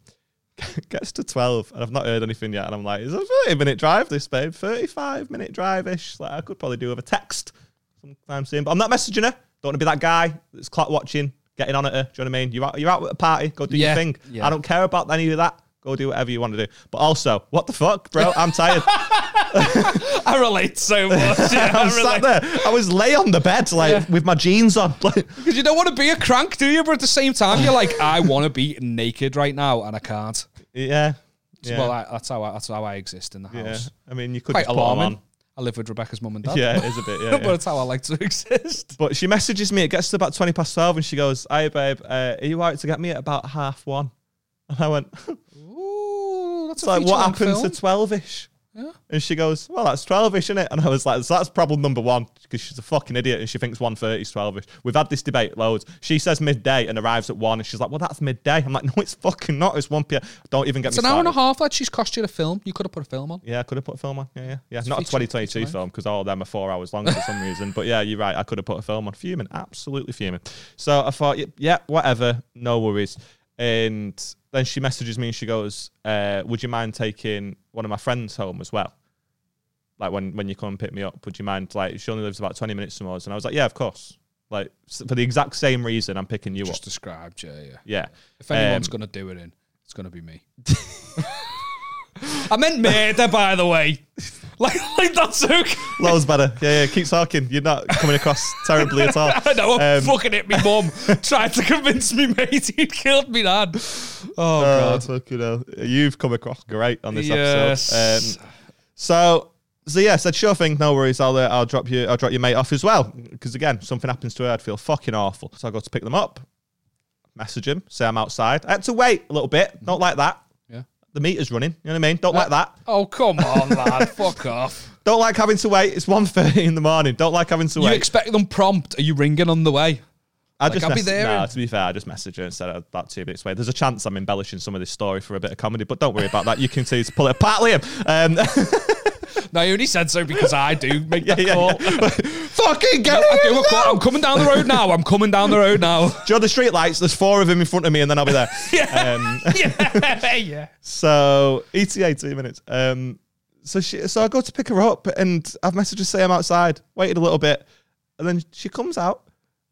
Gets to 12 and I've not heard anything yet. And I'm like, It's a 30 minute drive, this babe. 35 minute drive ish. Like, I could probably do with a text sometime soon. But I'm not messaging her. Don't want to be that guy that's clock watching, getting on at her. Do you know what I mean? You're out, you're out at a party. Go do Yeah, your thing. yeah. I don't care about any of that. Go do whatever you want to do. But also, what the fuck, bro? I'm tired. I relate so much. Yeah, I I'm sat relate. there. I was lay on the bed, like, with my jeans on. Like, Because you don't want to be a crank, do you? But at the same time, you're like, I want to be naked right now, and I can't. yeah. So, yeah. Well, I, that's how I, that's how I exist in the house. Yeah, I mean, you could Quite just put 'em alarming. I live with Rebecca's mum and dad. on. Yeah, it is a bit. Yeah, but yeah. it's how I like to exist. But she messages me. It gets to about twenty past twelve, and she goes, "Hey, babe, uh, are you alright to get me at about half one?" And I went, Ooh, that's "It's a like what feature-length happened film. to twelve-ish?" Yeah. And she goes, "Well, that's twelve-ish, isn't it?" And I was like, "So that's problem number one because she's a fucking idiot and she thinks one thirty is twelve-ish." We've had this debate loads. She says midday and arrives at one, and she's like, "Well, that's midday." I'm like, "No, it's fucking not. It's one p.m. Don't even get It's me an hour and a started." half. Like she's cost you the film. You could have put a film on. Yeah, I could have put a film on. Yeah, yeah, yeah. Not a feature- 2022 feature-length. film because all of them are four hours long for some reason. But yeah, you're right. I could have put a film on. Fuming, absolutely fuming. So I thought, y- yeah, whatever, no worries. And then she messages me and she goes, uh, "Would you mind taking one of my friends home as well? Like when when you come and pick me up, would you mind? Like she only lives about 20 minutes from us." And I was like, "Yeah, of course." Like s- for the exact same reason, I'm picking you Just up. described, yeah, yeah. Yeah. If anyone's Um, gonna do it in, it's gonna be me. I meant murder, by the way. Like, like that's okay. Loads better. Yeah, yeah. Keep talking. You're not coming across terribly at all. I know, I'm Um, fucking at me mum, trying to convince me mate he'd killed me dad. Oh Oh, god. fucking hell. You've come across great on this Yes. episode. Um, so, so yeah, said sure thing, no worries. I'll uh, I'll drop you I'll drop your mate off as well because again, something happens to her, I'd feel fucking awful. So I go to pick them up, message him, say I'm outside. I had to wait a little bit, not like that. Yeah. The meter's running. You know what I mean? Don't like that. Oh come on, lad. Fuck off. Don't like having to wait. It's 1.30 in the morning. Don't like having to You wait. expect them prompt? Are you ringing on the way? I I'll be mess- there Nah, and- to be fair, I just messaged her and said about two minutes away. There's a chance I'm embellishing some of this story for a bit of comedy, but don't worry about that. You can see to pull it apart, Liam. Um, No, you only said so because I do make that yeah, call. yeah. Fucking get I it. do a call. I'm coming down the road now. I'm coming down the road now. Do you know the street lights? There's four of them in front of me, and then I'll be there. um, yeah, yeah. so ETA two minutes. Um, so she, so I go to pick her up, and I've messaged her say I'm outside. Waited a little bit, and then she comes out,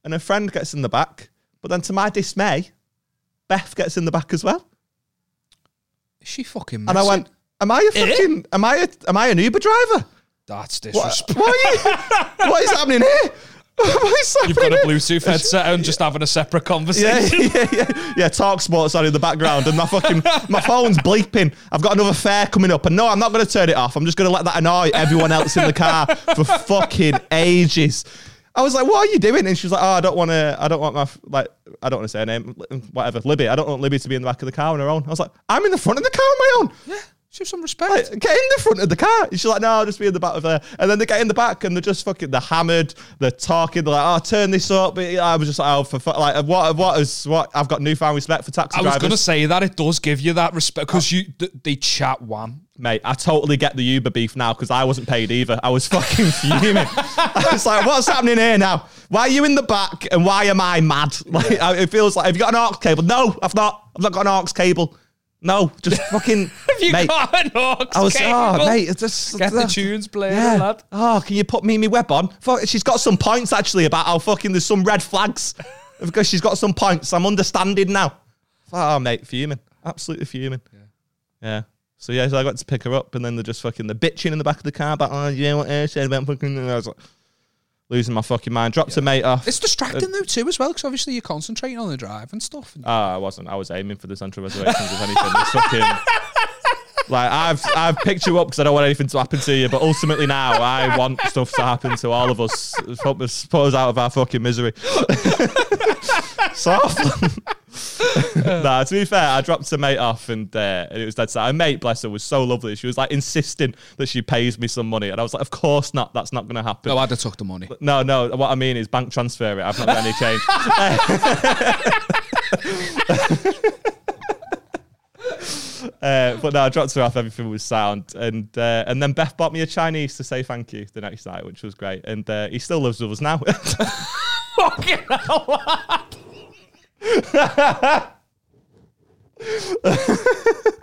and her friend gets in the back. But then, to my dismay, Beth gets in the back as well, Is she fucking and I missing? went. Am I a Eh?" fucking? Am I a? Am I an Uber driver? That's What, disrespectful. what, are you, what is happening here? What is happening You've got a here? Bluetooth headset and just having a separate Yeah, conversation. yeah, yeah, yeah. Talk sports on in the background, and my fucking my phone's bleeping. I've got another fair coming up, and no, I'm not going to turn it off. I'm just going to let that annoy everyone else in the car for fucking ages. I was like, "What are you doing?" And she was like, "Oh, I don't want to. I don't want my f- like. I don't want to say her name. Li- Whatever, Libby. I don't want Libby to be in the back of the car on her own." I was like, "I'm in the front of the car on my own." Yeah, show some respect. Like, get in the front of the car. And she's like, no, I'll just be in the back of her. And then they get in the back and they're just fucking, they're hammered. They're talking. They're like, oh, turn this up. But I was just like, oh, for fuck, like, what, what is, what? I've got newfound respect for taxi I was drivers. Ah. going to say that it does give you that respect because you th- they chat wham. Mate, I totally get the Uber beef now because I wasn't paid either. I was fucking fuming. I was like, what's happening here now? Why are you in the back and why am I mad? Like, I- it feels like, have you got an aux cable? No, I've not. I've not got an aux cable. No, just fucking. Have you mate, got an aux I was, ah, cable? oh, mate, it's just. Get the uh, tunes playing, yeah. lad. Oh, can you put Mimi Webb on? Fuck, she's got some points actually about how fucking there's some red flags because she's got some points. I'm understanding now. Oh, mate, fuming, absolutely fuming. Yeah. So yeah, so I got to pick her up, and then they're just fucking the bitching in the back of the car. But oh, you know what I said about fucking. And I was like, losing my fucking mind. Dropped a mate off. It's distracting though too, as well, because obviously you're concentrating on the drive and stuff. And Ah, I wasn't. I was aiming for the central reservations. if anything, it's fucking. Like I've I've picked you up because I don't want anything to happen to you, but ultimately now I want stuff to happen to all of us, help us put us out of our fucking misery. so nah, to be fair, I dropped a mate off and, uh, and it was dead sad. A mate, bless her, was so lovely. She was like insisting that she pays me some money, and I was like, of course not. That's not going to happen. no, I'd have took the money. No, no. What I mean is bank transfer it. I've not got any change. Uh, but no, I dropped her off. Everything was sound, and uh, and then Beth bought me a Chinese to say thank you the next night, which was great. And uh, he still lives with us now. Fucking hell.